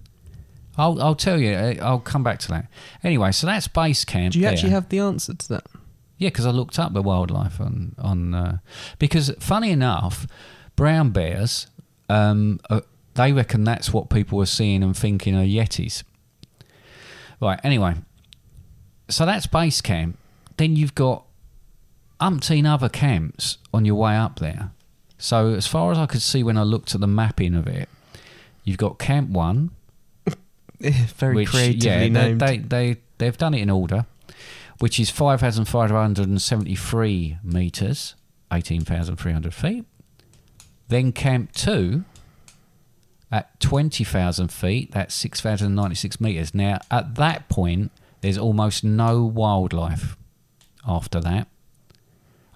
S2: I'll, I'll tell you. uh, I'll come back to that. Anyway, so that's base camp.
S1: Do you
S2: there.
S1: actually have the answer to that?
S2: Yeah, because I looked up the wildlife on on uh, because funny enough, brown bears um, uh, they reckon that's what people are seeing and thinking are yetis. Right. Anyway, so that's base camp. Then you've got umpteen other camps on your way up there. So as far as I could see when I looked at the mapping of it, you've got Camp One,
S1: Very creatively
S2: yeah, they-
S1: named.
S2: They, they, they, have done it in order, which is 5,573 metres, 18,300 feet. Then Camp 2 at 20,000 feet, that's 6,096 metres. Now, at that point, there's almost no wildlife after that.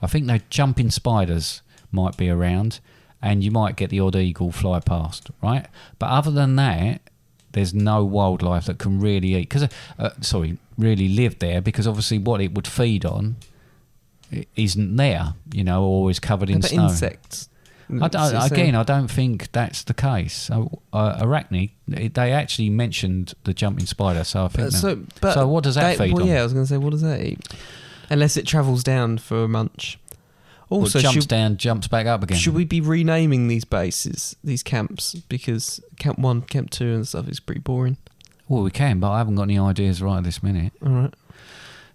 S2: I think no jumping spiders might be around, and you might get the odd eagle fly past, right? But other than that, there's no wildlife that can really eat because, uh, sorry, really live there because obviously what it would feed on i- isn't there, you know, or is covered
S1: How
S2: in
S1: about
S2: snow.
S1: insects.
S2: I don't-
S1: So- so-
S2: again, I don't think that's the case. Uh, uh, arachne, they actually mentioned the jumping spider, so I think.
S1: But
S2: that-
S1: so, but
S2: so what does that
S1: they-
S2: feed
S1: well,
S2: on?
S1: Yeah, I was going to say, what does that eat? Unless it travels down for a munch.
S2: Well,
S1: Also,
S2: it jumps
S1: should,
S2: down, jumps back up again.
S1: should we be renaming these bases, these camps? Because Camp 1, Camp 2 and stuff is pretty boring.
S2: Well, we can, but I haven't got any ideas right this minute.
S1: All right.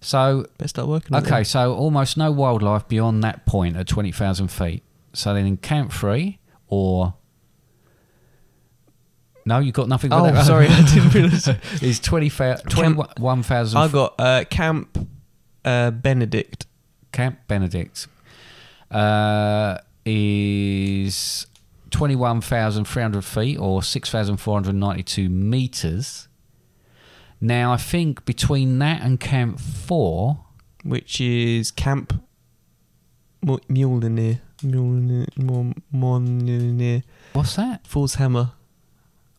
S2: So
S1: Better start working. on it.
S2: Okay, so almost no wildlife beyond that point at 20,000 feet. So then in Camp 3 or. No, you've got nothing.
S1: Oh,
S2: with that.
S1: sorry, I didn't realise.
S2: It's 20, fa- 21,000
S1: I got uh, Camp uh, Benedict.
S2: Camp Benedict uh, is 21,300 feet or 6,492 meters. Now, I think between that and Camp 4,
S1: which is Camp Mu- Muleneer. Muleneer. Mon- Moneneer.
S2: what's that?
S1: Falls Hammer.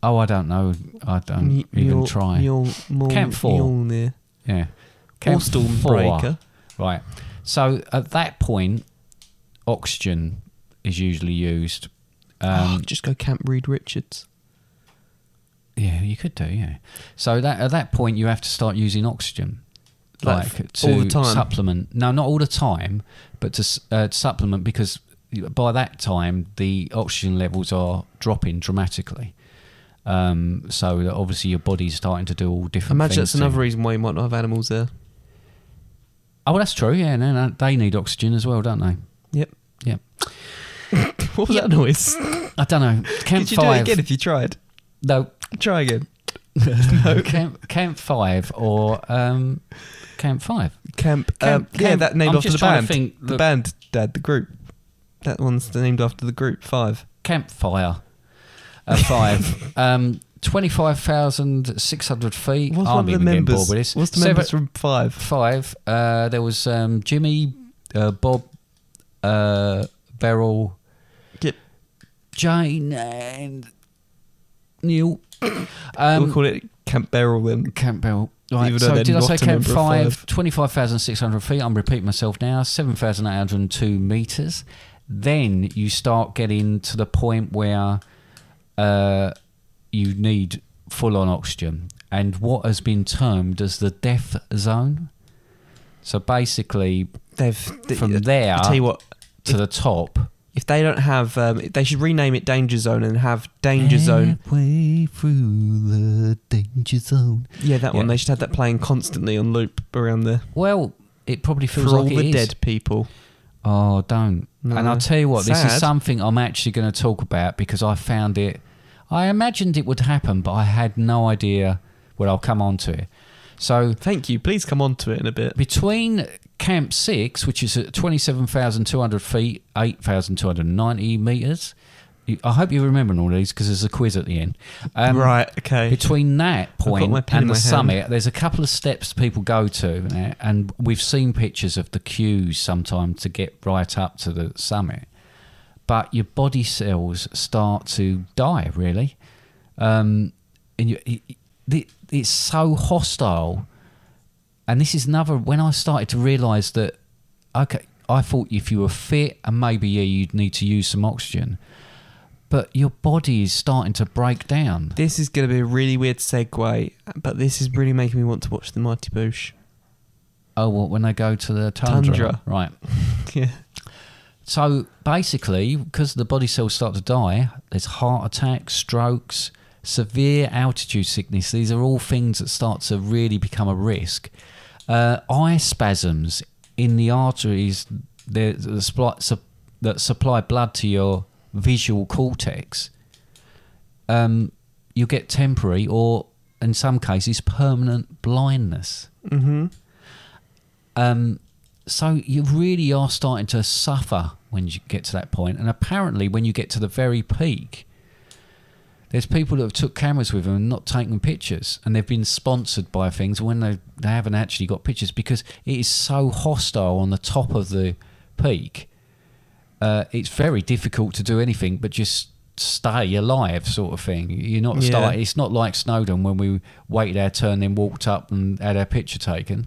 S2: Oh, I don't know. I don't
S1: Mu-
S2: even
S1: Mule-
S2: try.
S1: Mule- Mul-
S2: Camp four.
S1: Muleneer.
S2: Yeah.
S1: Or Stormbreaker.
S2: Right. So at that point, oxygen is usually used.
S1: Oh,
S2: Um,
S1: just go Camp Reed Richards.
S2: yeah, you could do. Yeah. So that at that point, you have to start using oxygen,
S1: Like,
S2: like to
S1: all the time?
S2: supplement. No, not all the time, but to s- uh, supplement because by that time the oxygen levels are dropping dramatically. Um, so that obviously your body's starting to do all different.
S1: Imagine
S2: things
S1: that's another
S2: to-
S1: reason why you might not have animals there.
S2: Oh, well, that's true. Yeah, no, no, they need oxygen as well, don't they?
S1: Yep.
S2: Yeah.
S1: What was that noise?
S2: I don't know. Camp
S1: Could you do it
S2: five.
S1: again if you tried?
S2: No,
S1: Try again.
S2: Camp, Camp Five or um, Camp Five.
S1: Camp.
S2: Camp-
S1: um, yeah,
S2: Camp-
S1: that named
S2: I'm
S1: after
S2: just
S1: the
S2: trying
S1: band.
S2: to think,
S1: the
S2: look-
S1: band, Dad, the group. That one's named after the group. Five.
S2: Campfire. Uh, five. um, Twenty-five thousand six hundred feet.
S1: What's
S2: I'm
S1: one of the
S2: even getting
S1: members?
S2: bored with this.
S1: What's the
S2: Seven-
S1: members from Five?
S2: Five. Uh, there was um, Jimmy, uh, Bob, uh, Beryl,
S1: Yep.
S2: Jane, and Neil.
S1: we'll call it Camp Beryl then.
S2: Campbell. Right,
S1: Even though
S2: so
S1: they're
S2: did I
S1: not
S2: say
S1: a
S2: Camp
S1: member of
S2: 5?
S1: five.
S2: 25,600 feet. I'm repeating myself now. 7,802 metres. Then you start getting to the point where uh, you need full on oxygen and what has been termed as the death zone. So basically,
S1: They've th-
S2: from
S1: I-
S2: there
S1: uh, I tell you what,
S2: to the top.
S1: if they don't have, um, they should rename it Danger Zone and have Danger Zone.
S2: Halfway through the danger zone.
S1: Yeah, that one.
S2: Yeah.
S1: They should have that playing constantly on loop around there
S2: Well, it probably
S1: for
S2: feels
S1: all
S2: like it
S1: the
S2: is.
S1: dead people.
S2: Oh, don't.
S1: No.
S2: And I'll tell you what, this is
S1: Sad.
S2: something I'm actually going to talk about because I found it. I imagined it would happen, but I had no idea. Well, I'll come on to it. So
S1: Thank you. Please come on to it in a bit.
S2: between Camp 6, which is at 27,200 feet, 8,290 meters. You- I hope you're remembering all these because there's a quiz at the end. Um,
S1: right. Okay.
S2: between that
S1: got
S2: point
S1: my pen in
S2: and
S1: my
S2: the
S1: hand.
S2: summit, there's a couple of steps people go to, now, and we've seen pictures of the queues sometimes to get right up to the summit. But your body cells start to die, really. Um, and you, it, it- it's so hostile. And this is another when I started to realise that, okay, I thought if you were fit and maybe yeah, you'd need to use some oxygen. But your body is starting to break down.
S1: this is going to be a really weird segue, but this is really making me want to watch the Mighty Boosh.
S2: Oh, well, when they go to the tundra.
S1: Tundra.
S2: Right.
S1: yeah.
S2: So basically, because the body cells start to die, there's heart attacks, strokes, severe altitude sickness. These are all things that start to really become a risk. Uh, eye spasms in the arteries that, that supply, sup- that supply blood to your visual cortex. Um, you get temporary or, in some cases, permanent blindness. Um, so you really are starting to suffer when you get to that point. And apparently, when you get to the very peak, there's people that have took cameras with them and not taken pictures, and they've been sponsored by things when they they haven't actually got pictures because it is so hostile on the top of the peak. Uh, it's very difficult to do anything but just stay alive, sort of thing. You're not
S1: Yeah.
S2: starting. It's not like Snowden when we waited our turn, then walked up and had our picture taken.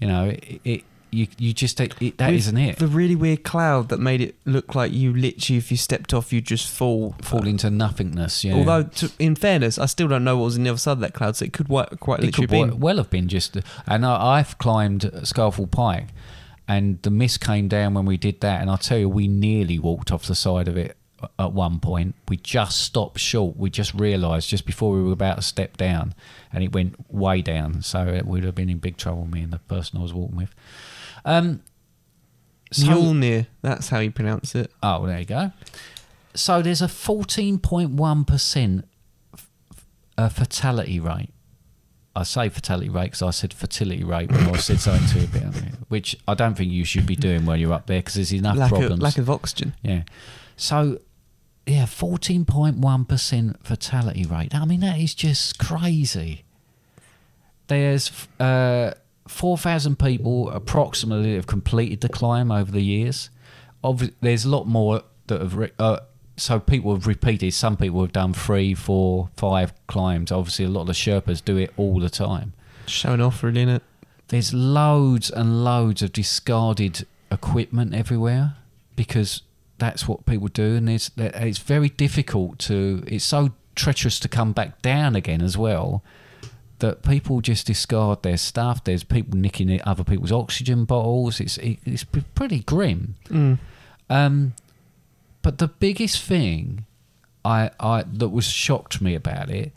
S2: You know, it, it you you just it, it, that
S1: With
S2: isn't it.
S1: The really weird cloud that made it look like you literally, if you stepped off, you'd just fall.
S2: Fall into nothingness. Yeah.
S1: Although, to, in fairness, I still don't know what was on the other side of that cloud, so it could quite, quite
S2: it
S1: literally
S2: could
S1: be.
S2: well, well have been just. And I, I've climbed Scarfell Pike, and the mist came down when we did that. And I tell you, we nearly walked off the side of it at one point. We just stopped short. We just realised just before we were about to step down, and it went way down. So it would have been in big trouble. Me and the person I was walking with. Um, so-
S1: Mjolnir, that's how you pronounce it.
S2: Oh, there you go. So there's a 14.1% f- uh, fatality rate. I say fatality rate because I said fertility rate when I said something to you about it, which I don't think you should be doing while you're up there because there's enough
S1: Lack
S2: problems.
S1: of, lack of oxygen.
S2: Yeah. So, yeah, 14.1% fatality rate. I mean, that is just crazy. There's uh, 4,000 people approximately that have completed the climb over the years. Obvi- there's a lot more that have. Re- uh, so people have repeated. Some people have done three, four, five climbs. Obviously, a lot of the Sherpas do it all the time
S1: Showing off, really, innit?
S2: there's loads and loads of discarded equipment everywhere because that's what people do and it's that- it's very difficult to it's so treacherous to come back down again as well that people just discard their stuff there's people nicking other people's oxygen bottles it's it, it's pretty grim um but the biggest thing I, I that was shocked me about it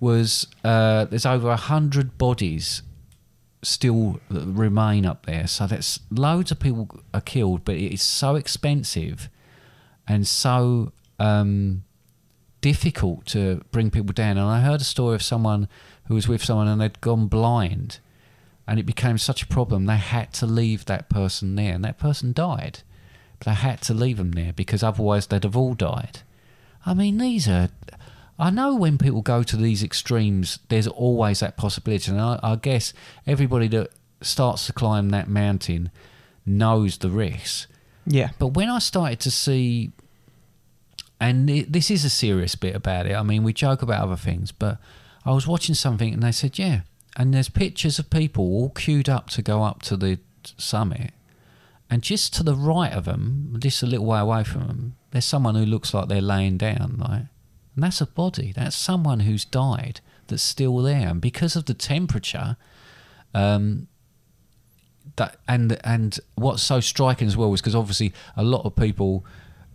S2: was uh, there's over a hundred bodies still that remain up there. So that's loads of people are killed, but it's so expensive and so um, difficult to bring people down. And I heard a story of someone who was with someone and they'd gone blind, and it became such a problem they had to leave that person there, and that person died. But they had to leave them there because otherwise they'd have all died. I mean, these are. I know when people go to these extremes, there's always that possibility, and I, I guess everybody that starts to climb that mountain knows the risks.
S1: Yeah.
S2: But when I started to see, and it, this is a serious bit about it. I mean, we joke about other things, but I was watching something and they said, yeah. And there's pictures of people all queued up to go up to the summit. And just to the right of them, just a little way away from them, there's someone who looks like they're laying down, like, and that's a body. That's someone who's died that's still there. And because of the temperature, um, that and and what's so striking as well was because obviously a lot of people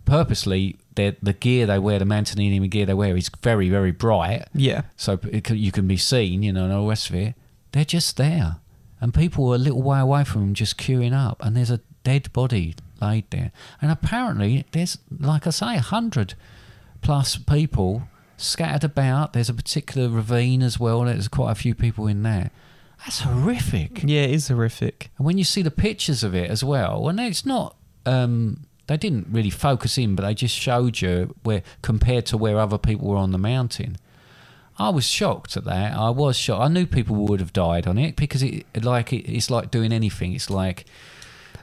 S2: purposely their the gear they wear, the mountaineering gear they wear is very very bright,
S1: Yeah.
S2: so p- it can, you can be seen, you know, and all the rest of it. They're just there, and people were a little way away from them, just queuing up, and there's a dead body laid there, and apparently there's like I say, a hundred plus people scattered about. There's a particular ravine as well. There's quite a few people in there. That's horrific.
S1: Yeah, it is horrific.
S2: And when you see the pictures of it as well, and it's not, um, they didn't really focus in, but they just showed you where compared to where other people were on the mountain. I was shocked at that. I was shocked. I knew people would have died on it because it like it, it's like doing anything. It's like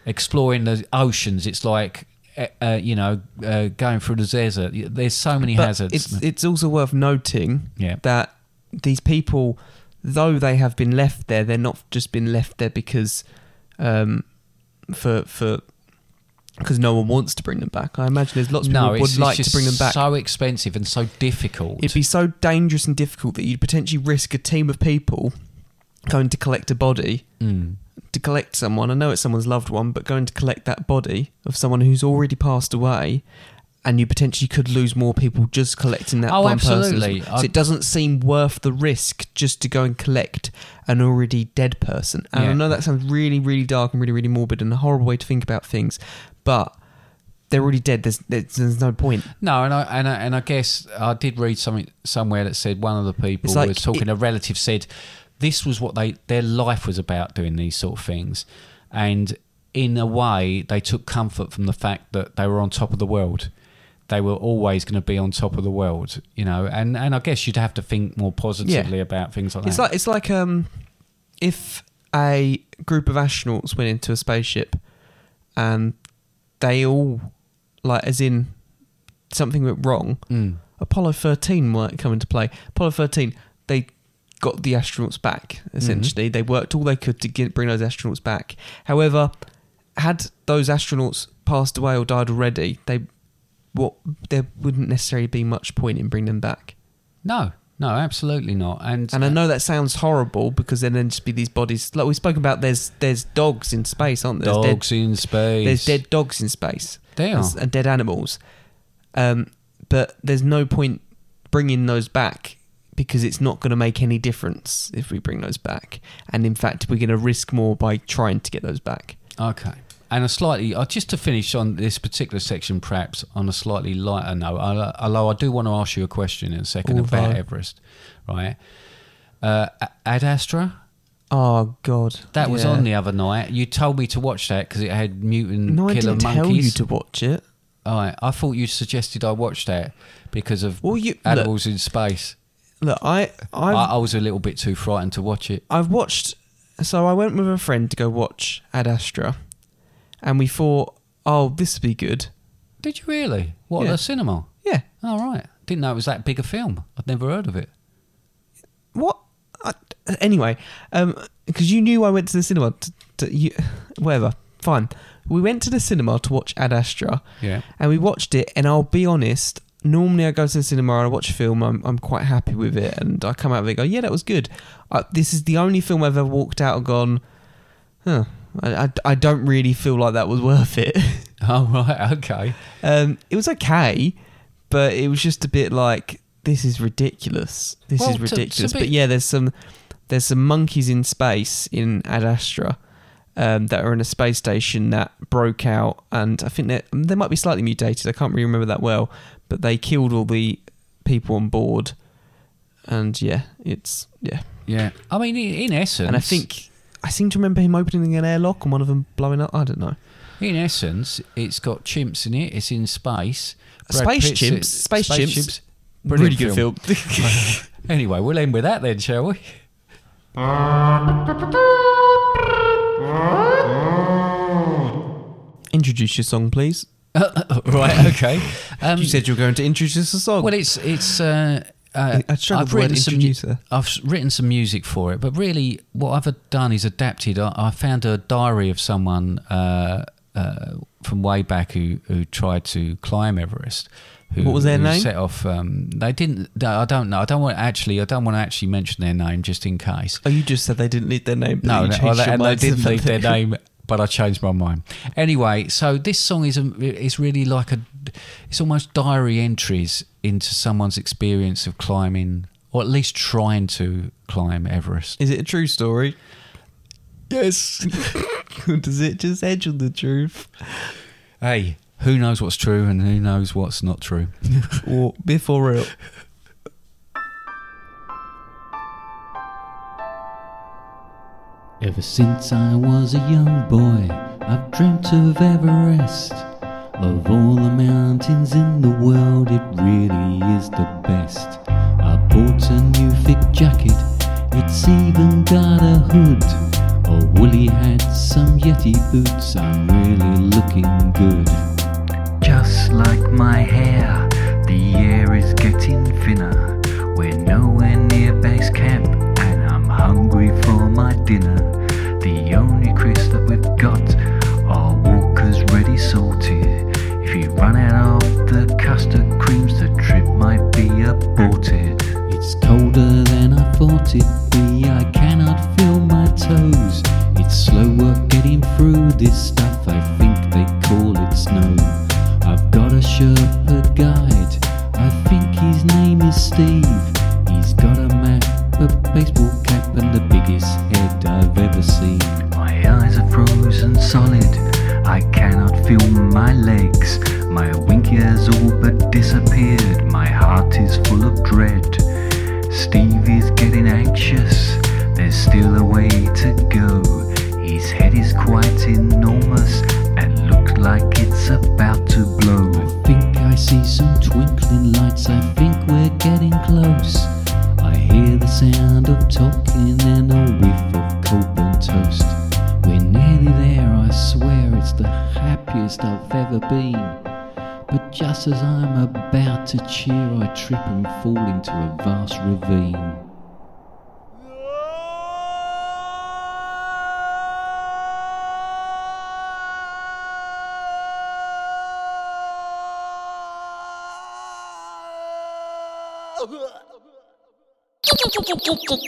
S2: exploring the oceans. It's like uh, uh, you know uh, going through the desert. There's so many
S1: But
S2: hazards.
S1: It's it's also worth noting
S2: Yeah.
S1: that these people, though they have been left there, they're not just been left there because, um, for for because no one wants to bring them back. I imagine there's lots of people
S2: no,
S1: would
S2: it's, it's
S1: like to
S2: just
S1: bring them back.
S2: so expensive and so difficult.
S1: It'd be so dangerous and difficult that you'd potentially risk a team of people going to collect a body
S2: Mm.
S1: to collect someone. I know it's someone's loved one, but going to collect that body of someone who's already passed away, and you potentially could lose more people just collecting that
S2: Oh,
S1: one
S2: absolutely.
S1: person.
S2: I-
S1: So it doesn't seem worth the risk just to go and collect an already dead person. And
S2: Yeah.
S1: I know that sounds really, really dark and really, really morbid and a horrible way to think about things, but they're already dead. There's there's, there's no point.
S2: No, and I, and I and I guess I did read something somewhere that said one of the people
S1: It's like
S2: was talking.
S1: it-
S2: a relative said this was what they their life was about doing these sort of things, and in a way they took comfort from the fact that they were on top of the world. They were always going to be on top of the world, you know. And and I guess you'd have to think more positively about things like
S1: It's
S2: that.
S1: like it's like um, if a group of astronauts went into a spaceship, and they all like as in something went wrong.
S2: Mm.
S1: Apollo thirteen might come into play. Apollo thirteen, they got the astronauts back. Essentially, they worked all they could to get, bring those astronauts back. However, had those astronauts passed away or died already, they what there wouldn't necessarily be much point in bringing them back.
S2: no, no, absolutely not. And
S1: And I know that sounds horrible because then there'd just be these bodies. Like we spoke about, there's there's dogs in space, aren't there? There's
S2: dogs in space.
S1: Dead, there's dead dogs in space.
S2: They are.
S1: There's- and dead animals. Um, but there's no point bringing those back because it's not going to make any difference if we bring those back. And in fact, we're going to risk more by trying to get those back.
S2: Okay. And a slightly, uh, just to finish on this particular section, perhaps on a slightly lighter note, al- although I do want to ask you a question in a second about
S1: Although-
S2: Everest, right? Uh, A- Ad Astra,
S1: Oh God,
S2: that was
S1: Yeah.
S2: on the other night. You told me to watch that because it had mutant
S1: No, I
S2: killer
S1: didn't
S2: monkeys.
S1: tell you to watch it.
S2: All right. I thought you suggested I watch that because of
S1: Well, you-
S2: animals in space.
S1: Look, I,
S2: I,
S1: I've,
S2: I was a little bit too frightened to watch it.
S1: I've watched. So I went with a friend to go watch Ad Astra, and we thought, oh, this would be good.
S2: Did you really? What,
S1: Yeah.
S2: the cinema?
S1: Yeah.
S2: All right. Didn't know it was that big a film. I'd never heard of it.
S1: What? I, anyway, um, because you knew I went to the cinema. To, to, you, whatever. Fine. We went to the cinema to watch Ad Astra.
S2: Yeah.
S1: And we watched it, and I'll be honest. Normally, I go to the cinema and I watch a film. I'm, I'm quite happy with it, and I come out of it and go, yeah, that was good. I, this is the only film I've ever walked out and gone, huh. I, I, I don't really feel like that was worth it.
S2: Oh, right. Okay.
S1: um, it was okay, but it was just a bit like this is ridiculous. This
S2: Well,
S1: is
S2: to- to
S1: ridiculous.
S2: be-
S1: but yeah, there's some there's some monkeys in space in Ad Astra um, that are in a space station that broke out, and I think they they might be slightly mutated. I can't really remember that well, but they killed all the people on board, and yeah, it's yeah.
S2: Yeah. I mean, i- in essence,
S1: And I think I seem to remember him opening an airlock and one of them blowing up. I don't know.
S2: in essence, it's got chimps in it. It's in space.
S1: Space
S2: Pitt's
S1: chimps?
S2: in-
S1: Space chimps?
S2: Brilliant
S1: really good film.
S2: Anyway, we'll end with that then, shall we?
S1: Introduce your song, please.
S2: right. Okay. Um,
S1: You said you were going to introduce a song.
S2: well, it's it's. Uh, uh,
S1: I struggled
S2: I've
S1: with
S2: written some. mu-
S1: introducer.
S2: I've s- written some music for it, but really, what I've done is adapted. I, I found a diary of someone uh, uh, from way back who who tried to climb Everest. Who,
S1: What was their
S2: who
S1: name?
S2: Set off. Um, they didn't. no, I don't know. I don't want actually. I don't want to actually mention their name just in case.
S1: oh, you just said they didn't leave their name. but
S2: No,
S1: you
S2: no,
S1: changed
S2: well, they-
S1: your
S2: and they
S1: mind to
S2: didn't
S1: the
S2: leave their
S1: fact that-
S2: name, but I changed my mind. Anyway, so this song is a, is really like a, it's almost diary entries into someone's experience of climbing, or at least trying to climb Everest.
S1: Is it a true story?
S2: Yes.
S1: Does it just edge on the truth?
S2: hey, who knows what's true and who knows what's not true?
S1: Or before real?
S2: Ever since I was a young boy, I've dreamt of Everest. Of all the mountains in the world, it really is the best. I bought a new thick jacket, it's even got a hood. A woolly hat, some Yeti boots, I'm really looking good. Just like my hair, the air is getting thinner. We're nowhere near base camp, and I'm hungry for my dinner. The only crisps that we've got are Walker's ready salted. If you run out of the custard creams, the trip might be aborted. It's colder than I thought it'd be, I cannot feel my toes. It's slow work getting through this stuff, I think they call it snow. I've got a Sherpa guide. I think his name is Steve. He's got a map, a baseball cap, and the biggest head I've ever seen. My eyes are frozen solid. I cannot feel my legs. My winky has all but disappeared. My heart is full of dread. Steve is getting anxious. There's still a way to go. His head is quite enormous and looks like it's about to blow. I think I see some twinkling lights. I think we're getting close. I hear the sound of talking and a whiff of Copeland toast. We're nearly there, I swear it's the happiest I've ever been. But just as I'm about to cheer, I trip and fall into a vast ravine.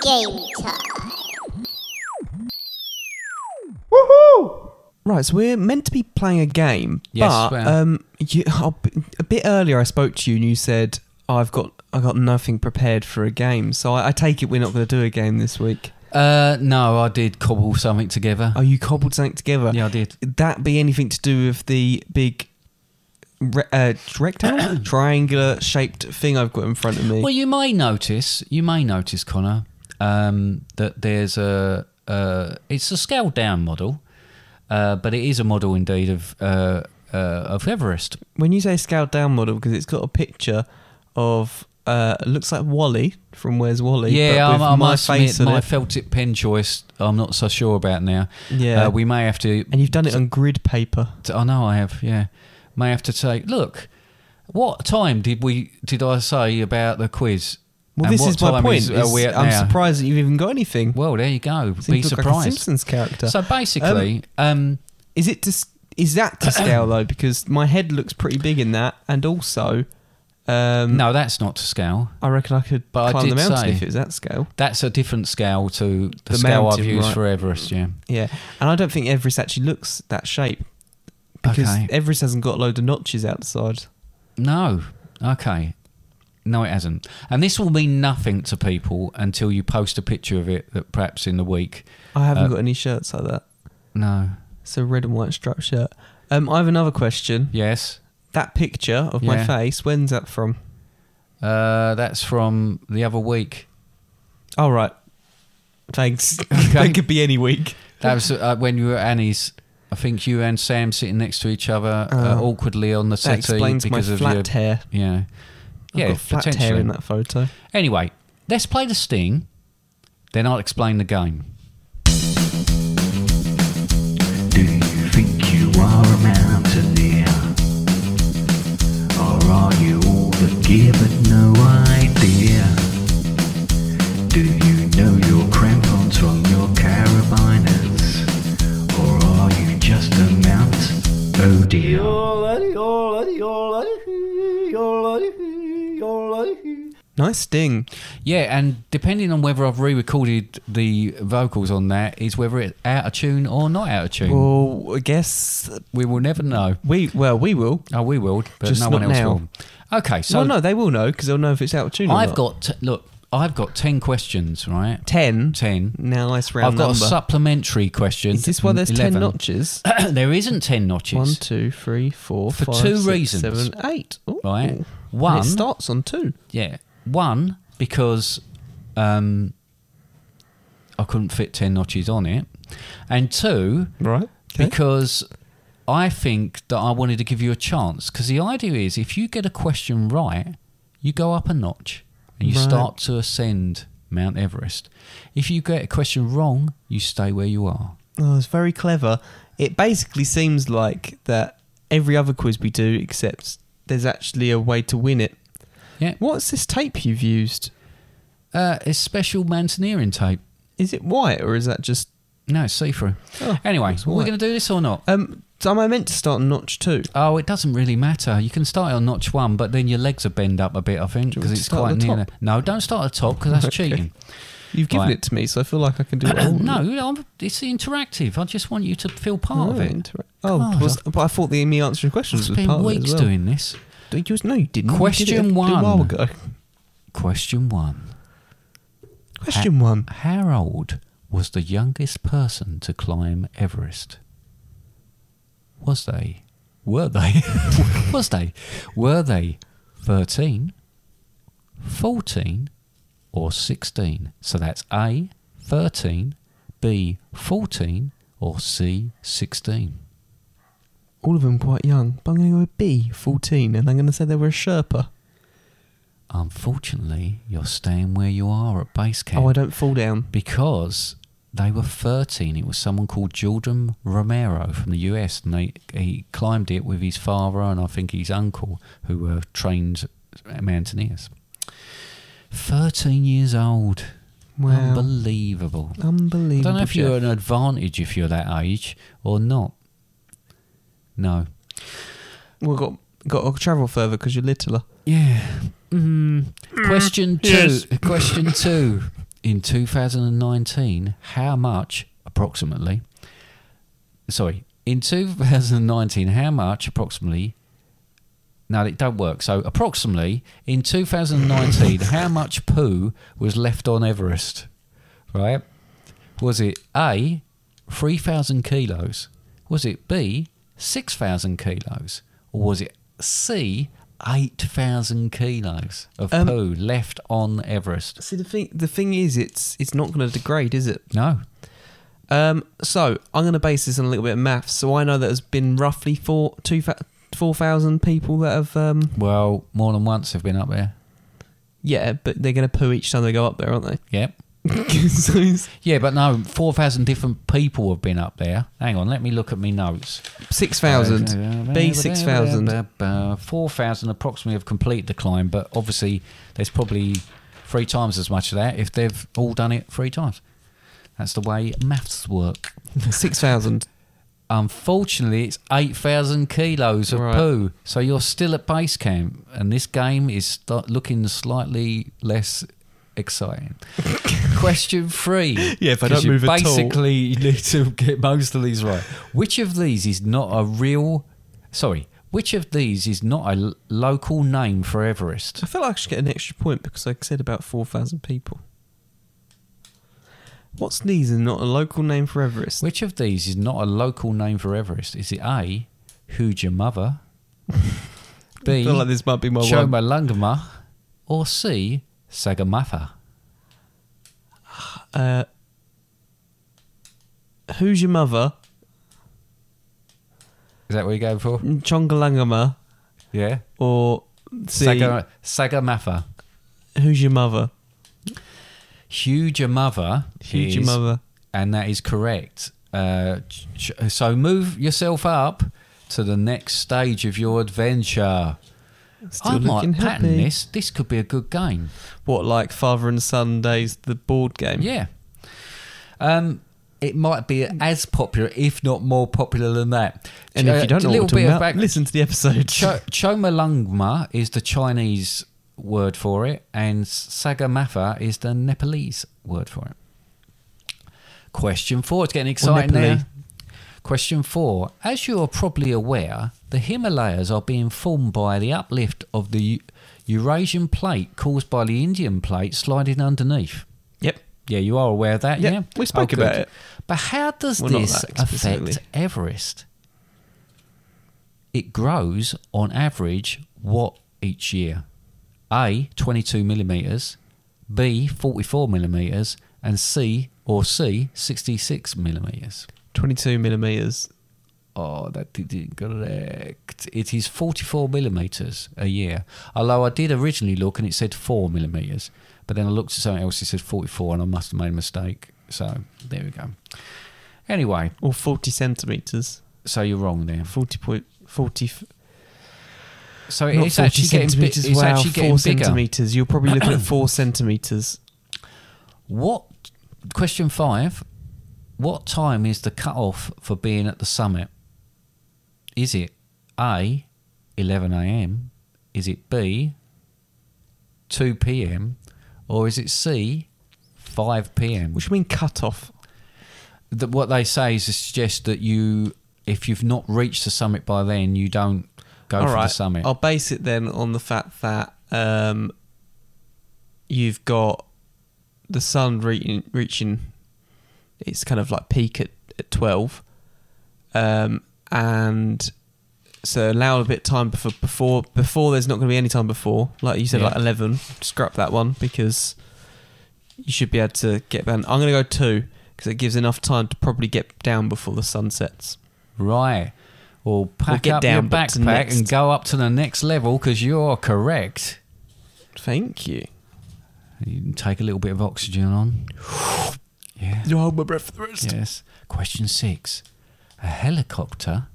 S4: Game time.
S1: Right, so we're meant to be playing a game,
S2: Yes, we
S1: but
S2: are.
S1: um, you, I'll b- a bit earlier I spoke to you and you said I've got I got nothing prepared for a game, so I, I take it we're not going to do a game this week.
S2: Uh, no, I did cobble something together.
S1: Oh, you cobbled something together?
S2: Yeah, I did.
S1: That be anything to do with the big re- uh, rectangle, triangular shaped thing I've got in front of me?
S2: Well, you may notice, you may notice, Connor, um, that there's a, uh, it's a scaled down model, uh, but it is a model indeed of uh, uh, of Everest.
S1: when you say scaled down model, because it's got a picture of uh, it looks like Wally from Where's Wally?
S2: Yeah,
S1: but
S2: I,
S1: with
S2: I must admit,
S1: on
S2: my
S1: it.
S2: felt it pen choice, I'm not so sure about now.
S1: Yeah.
S2: uh, we may have to.
S1: and you've done it on grid paper.
S2: I know I have. Yeah, may have to take look. What time did we did I say about the quiz?
S1: Well,
S2: And
S1: this
S2: what
S1: is my
S2: time
S1: point.
S2: are we
S1: is
S2: at
S1: I'm
S2: now?
S1: surprised that you've even got anything.
S2: Well, there you go.
S1: Seems
S2: Be
S1: to look
S2: surprised.
S1: like a Simpsons character.
S2: So basically, um,
S1: Is it to, s- is that to scale though? Because my head looks pretty big in that, and also, um,
S2: no, that's not to scale.
S1: I reckon I could
S2: But I
S1: climb the
S2: did
S1: mountain
S2: say-
S1: if it was that scale.
S2: That's a different scale to the,
S1: The
S2: scale
S1: mountain,
S2: I've used
S1: right.
S2: for Everest. Yeah.
S1: Yeah, and I don't think Everest actually looks that shape because
S2: Okay.
S1: Everest hasn't got a load of notches outside.
S2: No. Okay. No, it hasn't. And this will mean nothing to people until you post a picture of it that perhaps in the week.
S1: I
S2: Uh,
S1: haven't got any shirts like that.
S2: No.
S1: It's a red and white striped shirt. Um, I have another question.
S2: Yes.
S1: That picture of my
S2: Yeah.
S1: face, when's that from?
S2: Uh, that's from the other week.
S1: Oh, right. Thanks. that could be any week.
S2: That was uh, when you were at Annie's. I think you and Sam sitting next to each other uh,
S1: Oh.
S2: awkwardly on the
S1: That
S2: settee
S1: explains my
S2: because of
S1: flat
S2: your
S1: hair.
S2: yeah.
S1: I've
S2: yeah,
S1: got flat hair
S2: potentially.
S1: in that photo.
S2: Anyway, let's play the sting, then I'll explain the game.
S4: Do you think you are a mountaineer? Or are you all that gear but no idea? Do you know your crampons from your carabiners? Or are you just a mount? Oh dear.
S1: Nice sting.
S2: Yeah, and depending on whether I've re-recorded the vocals on that, is whether it's out of tune or not out of tune.
S1: Well, I guess
S2: we will never know.
S1: we, well, we will.
S2: Oh, we will, but
S1: Just
S2: no one
S1: not
S2: else
S1: now.
S2: will. Okay, so
S1: well, no, they will know because they'll know if it's out of tune or
S2: I've
S1: not.
S2: got t- look, I've got ten questions, right?
S1: 10.
S2: Ten.
S1: Now, nice round
S2: I've got
S1: number.
S2: a supplementary question.
S1: Is this why there's 10
S2: 11.
S1: notches?
S2: there isn't ten notches.
S1: One, two, three, four,
S2: For
S1: five,
S2: two
S1: six,
S2: reasons.
S1: seven, eight. Ooh.
S2: Right.
S1: And
S2: One-
S1: it starts on two.
S2: Yeah. One, because um, I couldn't fit 10 notches on it. And two,
S1: Right.
S2: because I think that I wanted to give you a chance. Because the idea is if you get a question right, you go up a notch and you
S1: Right.
S2: start to ascend Mount Everest. If you get a question wrong, you stay where you are.
S1: Oh, it's very clever. It basically seems like that every other quiz we do, except there's actually a way to win it.
S2: Yeah.
S1: What's this tape you've used?
S2: Uh, it's special mountaineering tape.
S1: Is it white or is that just?
S2: No, it's see through.
S1: Oh,
S2: anyway,
S1: it's
S2: are we
S1: white.
S2: going to do this or not?
S1: Um, so am I meant to start on notch two?
S2: Oh, it doesn't really matter. You can start on notch one, but then your legs will bend up a bit, I think,
S1: Do you
S2: because
S1: want to
S2: it's
S1: start
S2: quite
S1: at the
S2: near.
S1: top?
S2: the- No, don't start at the top because that's cheating.
S1: You've given
S2: Right.
S1: it to me, so I feel like I can do it. all.
S2: no, I'm, it's interactive. I just want you to feel part
S1: Oh,
S2: of it.
S1: inter- oh
S2: God,
S1: was- but I thought the me answering questions was
S2: I've
S1: part
S2: spent
S1: of it
S2: weeks
S1: as well.
S2: doing this.
S1: Don't you- no, you didn't. You did
S2: Question
S1: it a little
S2: one.
S1: while ago.
S2: Question one
S1: Question one.
S2: How old was the youngest person to climb Everest? Was they? Were they? was they? Were they 13, 14, or 16? So that's A, 13, B, 14, or C, 16.
S1: All of them quite young, but I'm going to go with B, 14, and I'm going to say they were a Sherpa.
S2: Unfortunately, you're staying where you are at base camp.
S1: Oh, I don't fall down.
S2: because they were 13. It was someone called Jordan Romero from the US, and they, he climbed it with his father and I think his uncle, who were trained mountaineers. 13 years old.
S1: Wow.
S2: Unbelievable.
S1: Unbelievable.
S2: I don't know if
S1: Jeff.
S2: you're an advantage if you're that age or not. No.
S1: We've got got to travel further because you're littler.
S2: Yeah. Mm. Question two. Question two. In 2019, how much, approximately, sorry, In 2019, how much approximately? No, it don't work. So approximately in 2019, how much poo was left on Everest? Right? Was it A, 3,000 kilos? Was it B, 6,000 kilos? Or was it C, 8,000 kilos of
S1: Um,
S2: poo left on Everest?
S1: See the thing. The thing is, it's it's not going to degrade, is it?
S2: No.
S1: Um, so I'm going to base this on a little bit of maths. So I know that there's been roughly four two four thousand people that have um,
S2: Well, more than once I've been up there.
S1: yeah, but they're going to poo each time they go up there, aren't they?
S2: Yep.
S1: so it's
S2: Yeah, but no, 4,000 different people have been up there. Hang on, let me look at my notes.
S1: six thousand. B six thousand.
S2: 4,000 approximately have complete the climb, but obviously there's probably three times as much of that if they've all done it three times. That's the way maths work.
S1: Six thousand.
S2: Unfortunately, it's 8,000 kilos of
S1: Right.
S2: poo. So you're still at base camp, and this game is st- looking slightly less exciting. Question three.
S1: Yeah, if I
S2: 'cause
S1: don't move
S2: you
S1: at all.
S2: Basically, you need to get most of these right. Which of these is not a real. Sorry. Which of these is not a l- local name for Everest?
S1: I feel like I should get an extra point because I said about four thousand people. What's these? and not a local name for Everest.
S2: Which of these is not a local name for Everest? Is it A, Who's Your Mother? B,
S1: I feel like this might be my one.
S2: Chomalungma or C, Sagamatha?
S1: Uh, who's your mother?
S2: Is that what you're going for?
S1: Chongalangama
S2: Yeah.
S1: or C,
S2: Saga, Sagamatha.
S1: who's your mother?
S2: Huge mother.
S1: Huge
S2: is-
S1: mother.
S2: And that is correct. Uh, ch- ch- so move yourself up to the next stage of your adventure.
S1: Still
S2: I
S1: looking
S2: might patent
S1: happy.
S2: this. This could be a good game.
S1: What like father and son days? The board game.
S2: Yeah. Um, it might be as popular, if not more popular than that.
S1: And
S2: Uh,
S1: if you don't
S2: a
S1: know what we're
S2: little
S1: talking
S2: bit of
S1: about,
S2: back-
S1: listen to the episode.
S2: Cho- Chomalungma is the Chinese word for it, and Sagamatha is the Nepalese word for it. Question four. It's getting exciting
S1: Nepali.
S2: now. Question four. As you are probably aware, the Himalayas are being formed by the uplift of the Eu- Eurasian plate caused by the Indian plate sliding underneath.
S1: Yep.
S2: Yeah, you are aware of that.
S1: Yeah,
S2: Yeah, Oh,
S1: we spoke
S2: good.
S1: about it.
S2: But how does
S1: Well, not
S2: this
S1: that explicitly.
S2: affect Everest? It grows on average what each year? A, 22 millimeters, B, 44 millimeters, and C, or C, 66 millimeters.
S1: Twenty-two millimeters.
S2: Oh, that didn't correct. It is 44 millimeters a year. Although I did originally look and it said 4 millimeters, but then I looked at something else, it said 44, and I must have made a mistake. So there we go. Anyway,
S1: or forty centimeters.
S2: so you're wrong there.
S1: Forty point forty. f-
S2: So
S1: not
S2: it's
S1: forty
S2: actually getting, bi-
S1: centimeters.
S2: it's
S1: wow,
S2: actually getting
S1: four
S2: bigger.
S1: centimeters. You're probably looking at four centimeters.
S2: What, question five, what time is the cutoff for being at the summit? Is it A, 11 a.m.? Is it B, 2 p.m.? Or is it C, 5 p.m.?
S1: What do you mean cut off?
S2: That what they say is to suggest that you, if you've not reached the summit by then, you don't go
S1: All
S2: for the
S1: right,
S2: summit.
S1: I'll base it then on the fact that um, you've got the sun reaching, reaching its kind of like peak at, at 12. Um, and so allow a bit of time before, before, before there's not going to be any time before. Like you said,
S2: Yeah.
S1: like 11. Scrap that one because you should be able to get down. I'm going to go 2 because it gives enough time to probably get down before the sun sets.
S2: Right. Or pack
S1: get
S2: up
S1: down,
S2: your
S1: but to
S2: backpack and
S1: next.
S2: go up to the next level because you're correct.
S1: Thank you.
S2: You can take a little bit of oxygen on. Yeah.
S1: You hold my breath for the rest.
S2: Yes. Question six. A helicopter.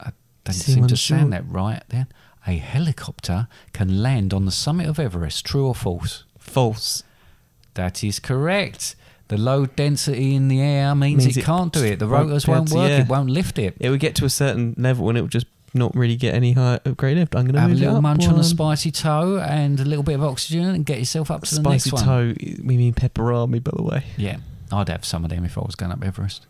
S2: I don't
S1: See,
S2: seem
S1: I'm
S2: to
S1: sure-
S2: sound that right then. A helicopter can land on the summit of Everest. True or false?
S1: False.
S2: That is correct. The low density in the air means,
S1: Means
S2: it,
S1: it
S2: can't do it. The
S1: won't
S2: rotors
S1: be able
S2: won't
S1: to-
S2: work.
S1: yeah.
S2: It won't lift it.
S1: It would get to a certain level and it would just not really get any higher grade left. I'm going to
S2: Have a
S1: move it
S2: little
S1: up
S2: munch on
S1: one.
S2: a spicy toe and a little bit of oxygen and get yourself up to the
S1: Spicy
S2: next one.
S1: toe. We mean pepperami, by the way.
S2: Yeah, I'd have some of them if I was going up Everest.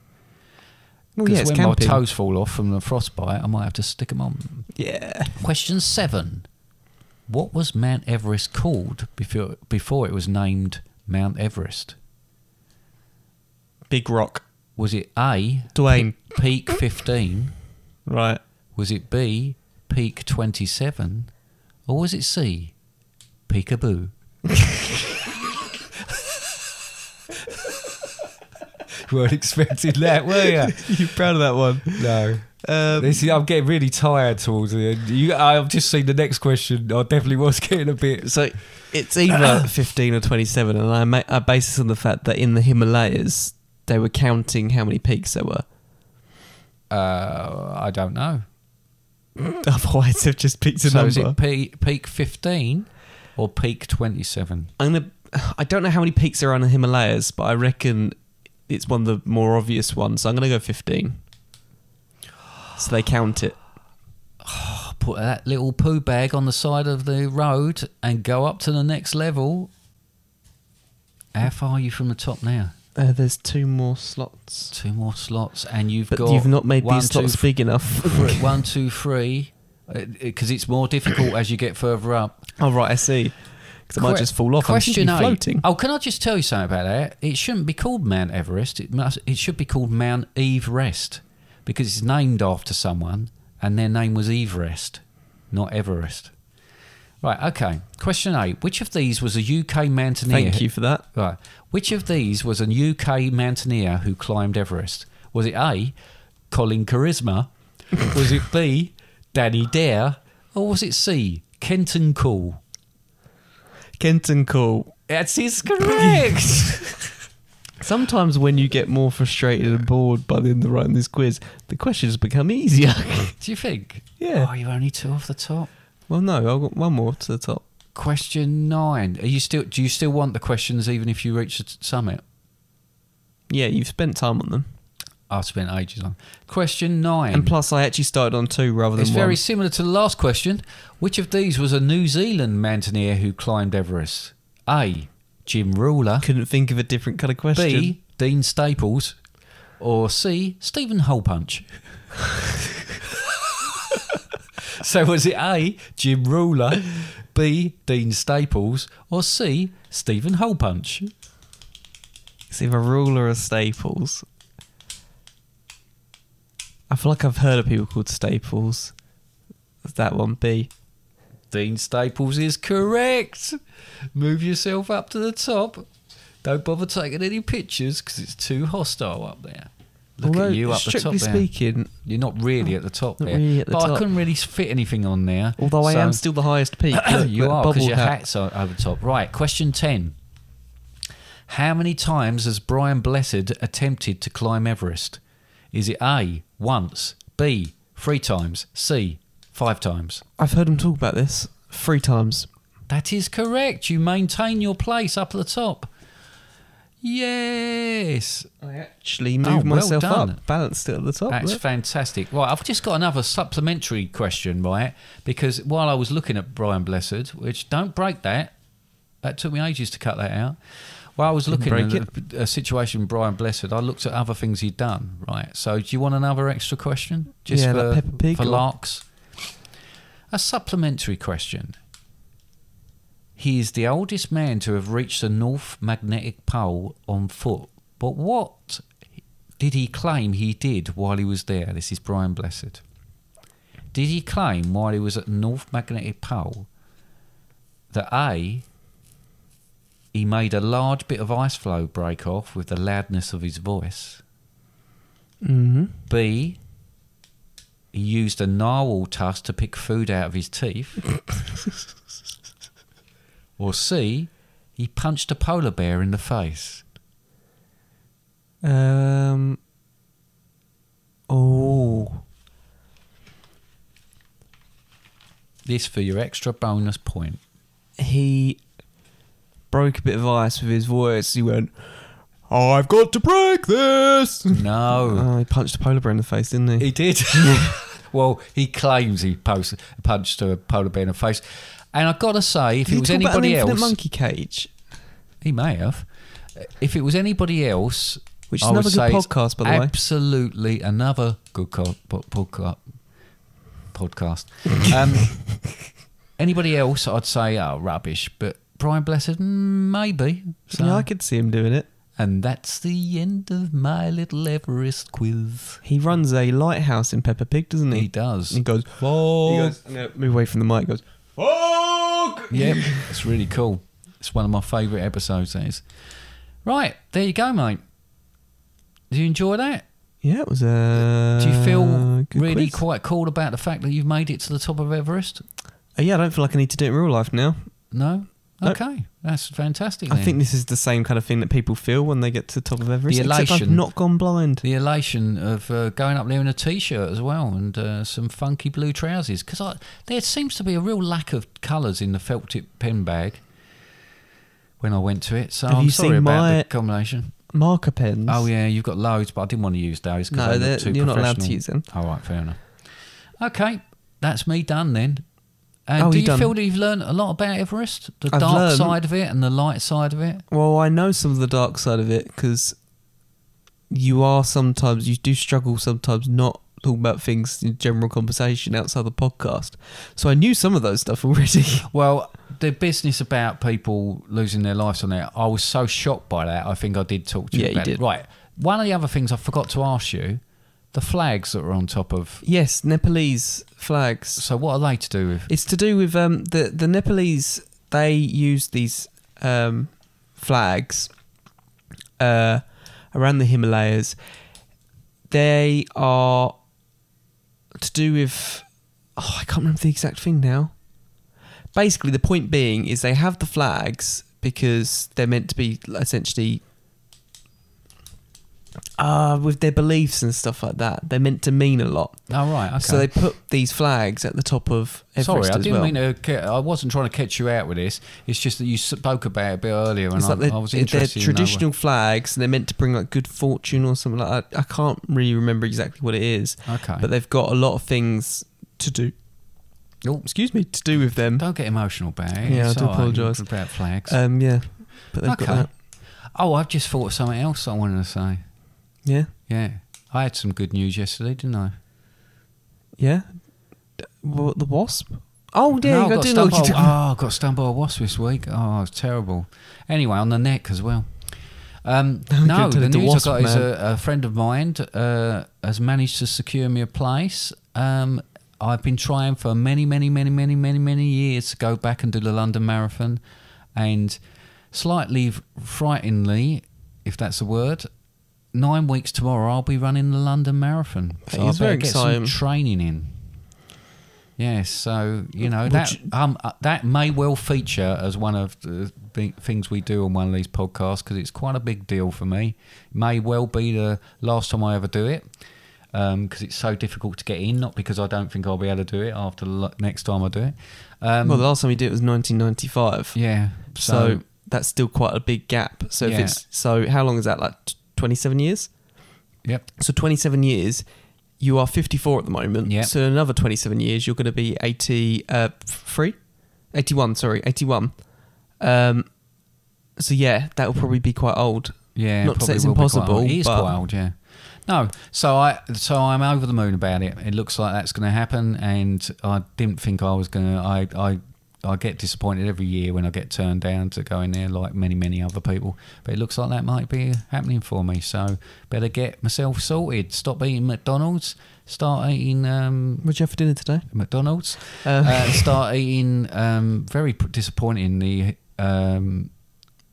S1: Well, Oh, yeah,
S2: Because
S1: it's
S2: when
S1: camping.
S2: my toes fall off from the frostbite, I might have to stick them on.
S1: Yeah.
S2: Question seven: What was Mount Everest called before before it was named Mount Everest?
S1: Big rock.
S2: Was it A.
S1: Dwayne.
S2: Pe- Peak fifteen?
S1: Right.
S2: Was it B. Peak twenty seven? Or was it C. Peekaboo? you weren't expecting that, were you?
S1: you proud of that one?
S2: No. This is- I'm getting really tired towards the end. You, I've just seen the next question. I definitely was getting a bit.
S1: So it's either 15 or 27, and I, ma- I base this on the fact that in the Himalayas, they were counting how many peaks there were.
S2: Uh, I don't know.
S1: Otherwise, they've just picked a
S2: so is
S1: number.
S2: it pe- peak 15 or peak 27?
S1: I'm gonna, I don't know how many peaks there are in the Himalayas, but I reckon it's one of the more obvious ones. So I'm going to go 15. So they count it.
S2: I put that little poo bag on the side of the road and go up to the next level. How far are you from the top now?
S1: Uh, there's two more slots.
S2: Two more slots, and you've
S1: But
S2: got.
S1: you've not made
S2: one,
S1: these
S2: two,
S1: slots big enough.
S2: three- one, two, three. Because it's more difficult as you get further up.
S1: oh, right, I see. Because it might
S2: Que-
S1: just fall off. I'm just
S2: Question eight.
S1: floating.
S2: Oh, can I just tell you something about that? It shouldn't be called Mount Everest. It must. It should be called Mount Eve Rest because it's named after someone, and their name was Eve Rest, not Everest. Right. Okay. Question eight. Which of these was a UK mountaineer?
S1: Thank you for that.
S2: Right. Which of these was a UK mountaineer who climbed Everest? Was it A. Colin Charisma? was it B. Danny Dare? Or was it C. Kenton Cool?
S1: Kenton Call.
S2: That's is correct.
S1: Sometimes when you get more frustrated and bored by the end of writing this quiz, the questions become easier.
S2: Do you think?
S1: Yeah.
S2: Oh, you're only two off the top.
S1: well, no, I've got one more to the top.
S2: Question nine. Are you still? Do you still want the questions even if you reach the t- summit?
S1: Yeah, you've spent time on them.
S2: I spent ages on. Question nine.
S1: And plus, I actually started on two rather than
S2: it's
S1: one.
S2: very similar to the last question. Which of these was a New Zealand mountaineer who climbed Everest? A. Jim Ruler.
S1: Couldn't think of a different kind of question.
S2: B. Dean Staples. Or C. Stephen Holepunch. so was it A. Jim Ruler, B. Dean Staples, or C. Stephen Holepunch?
S1: It's either Ruler or Staples. I feel like I've heard of people called Staples. Is that one B?
S2: Dean Staples is correct. Move yourself up to the top. Don't bother taking any pictures because it's too hostile up there. Look
S1: Although,
S2: at you up the top
S1: strictly
S2: there.
S1: speaking,
S2: You're not really at the top
S1: Not
S2: there.
S1: really at the
S2: but I
S1: top.
S2: couldn't really fit anything on there.
S1: although I am
S2: so-
S1: still the highest peak. look,
S2: you
S1: that
S2: are because
S1: bubble
S2: your
S1: hat.
S2: hat's are over the top. Right, question ten. How many times has Brian Blessed attempted to climb Everest? Is it A once, B three times, C five times?
S1: I've heard him talk about this three times.
S2: That is correct. You maintain your place up at the top. Yes,
S1: I actually
S2: Oh,
S1: moved
S2: well
S1: myself
S2: done.
S1: up, balanced it at the top.
S2: that's
S1: look.
S2: fantastic. Right, I've just got another supplementary question, right? Because while I was looking at Brian Blessed, which don't break that, that took me ages to cut that out. While I was looking
S1: break
S2: at a situation Brian Blessed, I looked at other things he'd done, right? So, do you want another extra question? Just
S1: Yeah,
S2: for,
S1: like Peppa Pig
S2: for
S1: or-
S2: larks. A supplementary question. He is the oldest man to have reached the North Magnetic Pole on foot. But what did he claim he did while he was there? This is Brian Blessed. Did he claim while he was at the North Magnetic Pole that A, he made a large bit of ice floe break off with the loudness of his voice?
S1: Mhm.
S2: B, he used a narwhal tusk to pick food out of his teeth. or C, he punched a polar bear in the face.
S1: Um. Oh,
S2: This for your extra bonus point.
S1: he broke a bit of ice with his voice. He went, "I've got to break this."
S2: No.
S1: Oh, he punched a polar bear in the face, didn't he?
S2: He did. well, he claims he post, punched a polar bear in the face. And I've got to say, if
S1: Did
S2: it
S1: he
S2: was
S1: talk about an
S2: anybody
S1: infinite
S2: else,
S1: monkey cage.
S2: he may have. If it was anybody else,
S1: Which is
S2: I
S1: another good
S2: would say it's
S1: podcast, by the way.
S2: Absolutely, another good co- po- podca- podcast. Um, anybody else, I'd say, oh, rubbish. But Brian Blessed, mm, maybe. So,
S1: Yeah, I could see him doing it.
S2: and that's the end of my little Everest quiz.
S1: He runs a lighthouse in Peppa Pig, doesn't he?
S2: He does.
S1: He goes. He goes. I'm gonna move away from the mic. He goes. Fuck.
S2: Yep, it's really cool. It's one of my favourite episodes. That is. Right, there you go, mate. Do you enjoy that?
S1: Yeah, it was a.
S2: Do you feel
S1: Uh, good
S2: really
S1: quiz.
S2: quite cool about the fact that you've made it to the top of Everest?
S1: Uh, yeah, I don't feel like I need to do it in real life now.
S2: No.
S1: Nope.
S2: Okay, that's fantastic.
S1: I
S2: then.
S1: think this is the same kind of thing that people feel when they get to the top of Everest. except I've
S2: elation.
S1: not gone blind.
S2: the elation of uh, going up there in a t-shirt as well and uh, some funky blue trousers because there seems to be a real lack of colours in the felt tip pen bag when I went to it. So
S1: Have
S2: I'm
S1: you
S2: sorry
S1: seen
S2: about
S1: my-
S2: the combination.
S1: Marker pens.
S2: Oh yeah, you've got loads, but I didn't want to use those. 'cause
S1: No,
S2: they
S1: they're-
S2: look too
S1: you're not allowed to
S2: professional.
S1: use them.
S2: All right, fair enough. Okay, that's me done then. And
S1: Oh,
S2: do
S1: you
S2: you
S1: done.
S2: feel that you've learned a lot about Everest, the
S1: I've
S2: dark
S1: learned-
S2: side of it and the light side of it?
S1: Well, I know some of the dark side of it because you are sometimes you do struggle sometimes not talking about things in general conversation outside the podcast. So I knew some of those stuff already.
S2: Well, the business about people losing their lives on there, I was so shocked by that. I think I did talk to you
S1: Yeah, you
S2: about
S1: did.
S2: it. Right. One of the other things I forgot to ask you the flags that are on top of.
S1: yes, Nepalese flags.
S2: So, what are they to do with?
S1: It's to do with um, the the Nepalese. They use these um, flags uh, around the Himalayas. They are to do with. Oh, I can't remember the exact thing now. Basically, the point being is they have the flags because they're meant to be essentially. Uh, with their beliefs and stuff like that, they're meant to mean a lot.
S2: Oh, right. Okay.
S1: So they put these flags at the top of Everest
S2: Sorry, I
S1: as
S2: didn't
S1: well.
S2: mean to. ca- I wasn't trying to catch you out with this. It's just that you spoke about it a bit earlier, and
S1: It's
S2: I,
S1: like they're,
S2: I was
S1: they're
S2: interested. in knowing-
S1: traditional flags, and they're meant to bring like good fortune or something like that. I can't really remember exactly what it is,
S2: Okay.
S1: but they've got a lot of things to do.
S2: Oh,
S1: Excuse me, to do with them.
S2: don't get emotional about it.
S1: Yeah, I
S2: It's
S1: do
S2: all right,
S1: apologise.
S2: about flags.
S1: Um, yeah, but they've
S2: okay.
S1: got that.
S2: Oh, I've just thought of something else I wanted to say.
S1: Yeah,
S2: Yeah, I had some good news yesterday, didn't I?
S1: yeah. D- what, the wasp. Oh yeah,
S2: no,
S1: you
S2: I
S1: got
S2: got
S1: to do know
S2: stung
S1: what
S2: by,
S1: you
S2: a-
S1: do.
S2: oh, I got stung by a wasp this week. Oh, it's terrible. Anyway, on the neck as well. Um,
S1: You can
S2: no,
S1: tell
S2: the
S1: it to
S2: news
S1: wasp,
S2: I got is
S1: man.
S2: a, a friend of mine uh, has managed to secure me a place. Um, I've been trying for many, many, many, many, many, many years to go back and do the London Marathon, and slightly frighteningly, if that's a word, nine weeks tomorrow I'll be running the London Marathon.
S1: That
S2: So I
S1: is very
S2: better get
S1: exciting.
S2: some training in. Yes, so you know
S1: Would
S2: that
S1: you-
S2: um uh, that may well feature as one of the thi- things we do on one of these podcasts because it's quite a big deal for me. May well be the last time I ever do it because it's so difficult to get in. Not because I don't think I'll be able to do it after the lo- next time I do it. Um,
S1: well, the last time we did it was 1995.
S2: yeah,
S1: So,
S2: so,
S1: that's still quite a big gap. So if
S2: Yeah.
S1: it's so, how long is that? Like t- 27 years.
S2: yep,
S1: So 27 years, you are 54 at the moment.
S2: Yep.
S1: So in another 27 years, you're going to be 83, uh, three? 81. Sorry, 81. Um, so yeah, that will probably be quite old.
S2: Yeah,
S1: not to say
S2: probably
S1: it's
S2: will be quite
S1: impossible.
S2: old. It is
S1: but
S2: quite old, yeah. No, so I so I'm over the moon about it. It looks like that's going to happen, and I didn't think I was going to. I I I get disappointed every year when I get turned down to go in there, like many many other people. But it looks like that might be happening for me. So better get myself sorted. Stop eating McDonald's. Start eating um,
S1: What'd you have for dinner today?
S2: McDonald's.
S1: Um,
S2: Uh, start eating. Um, very p- disappointing the um,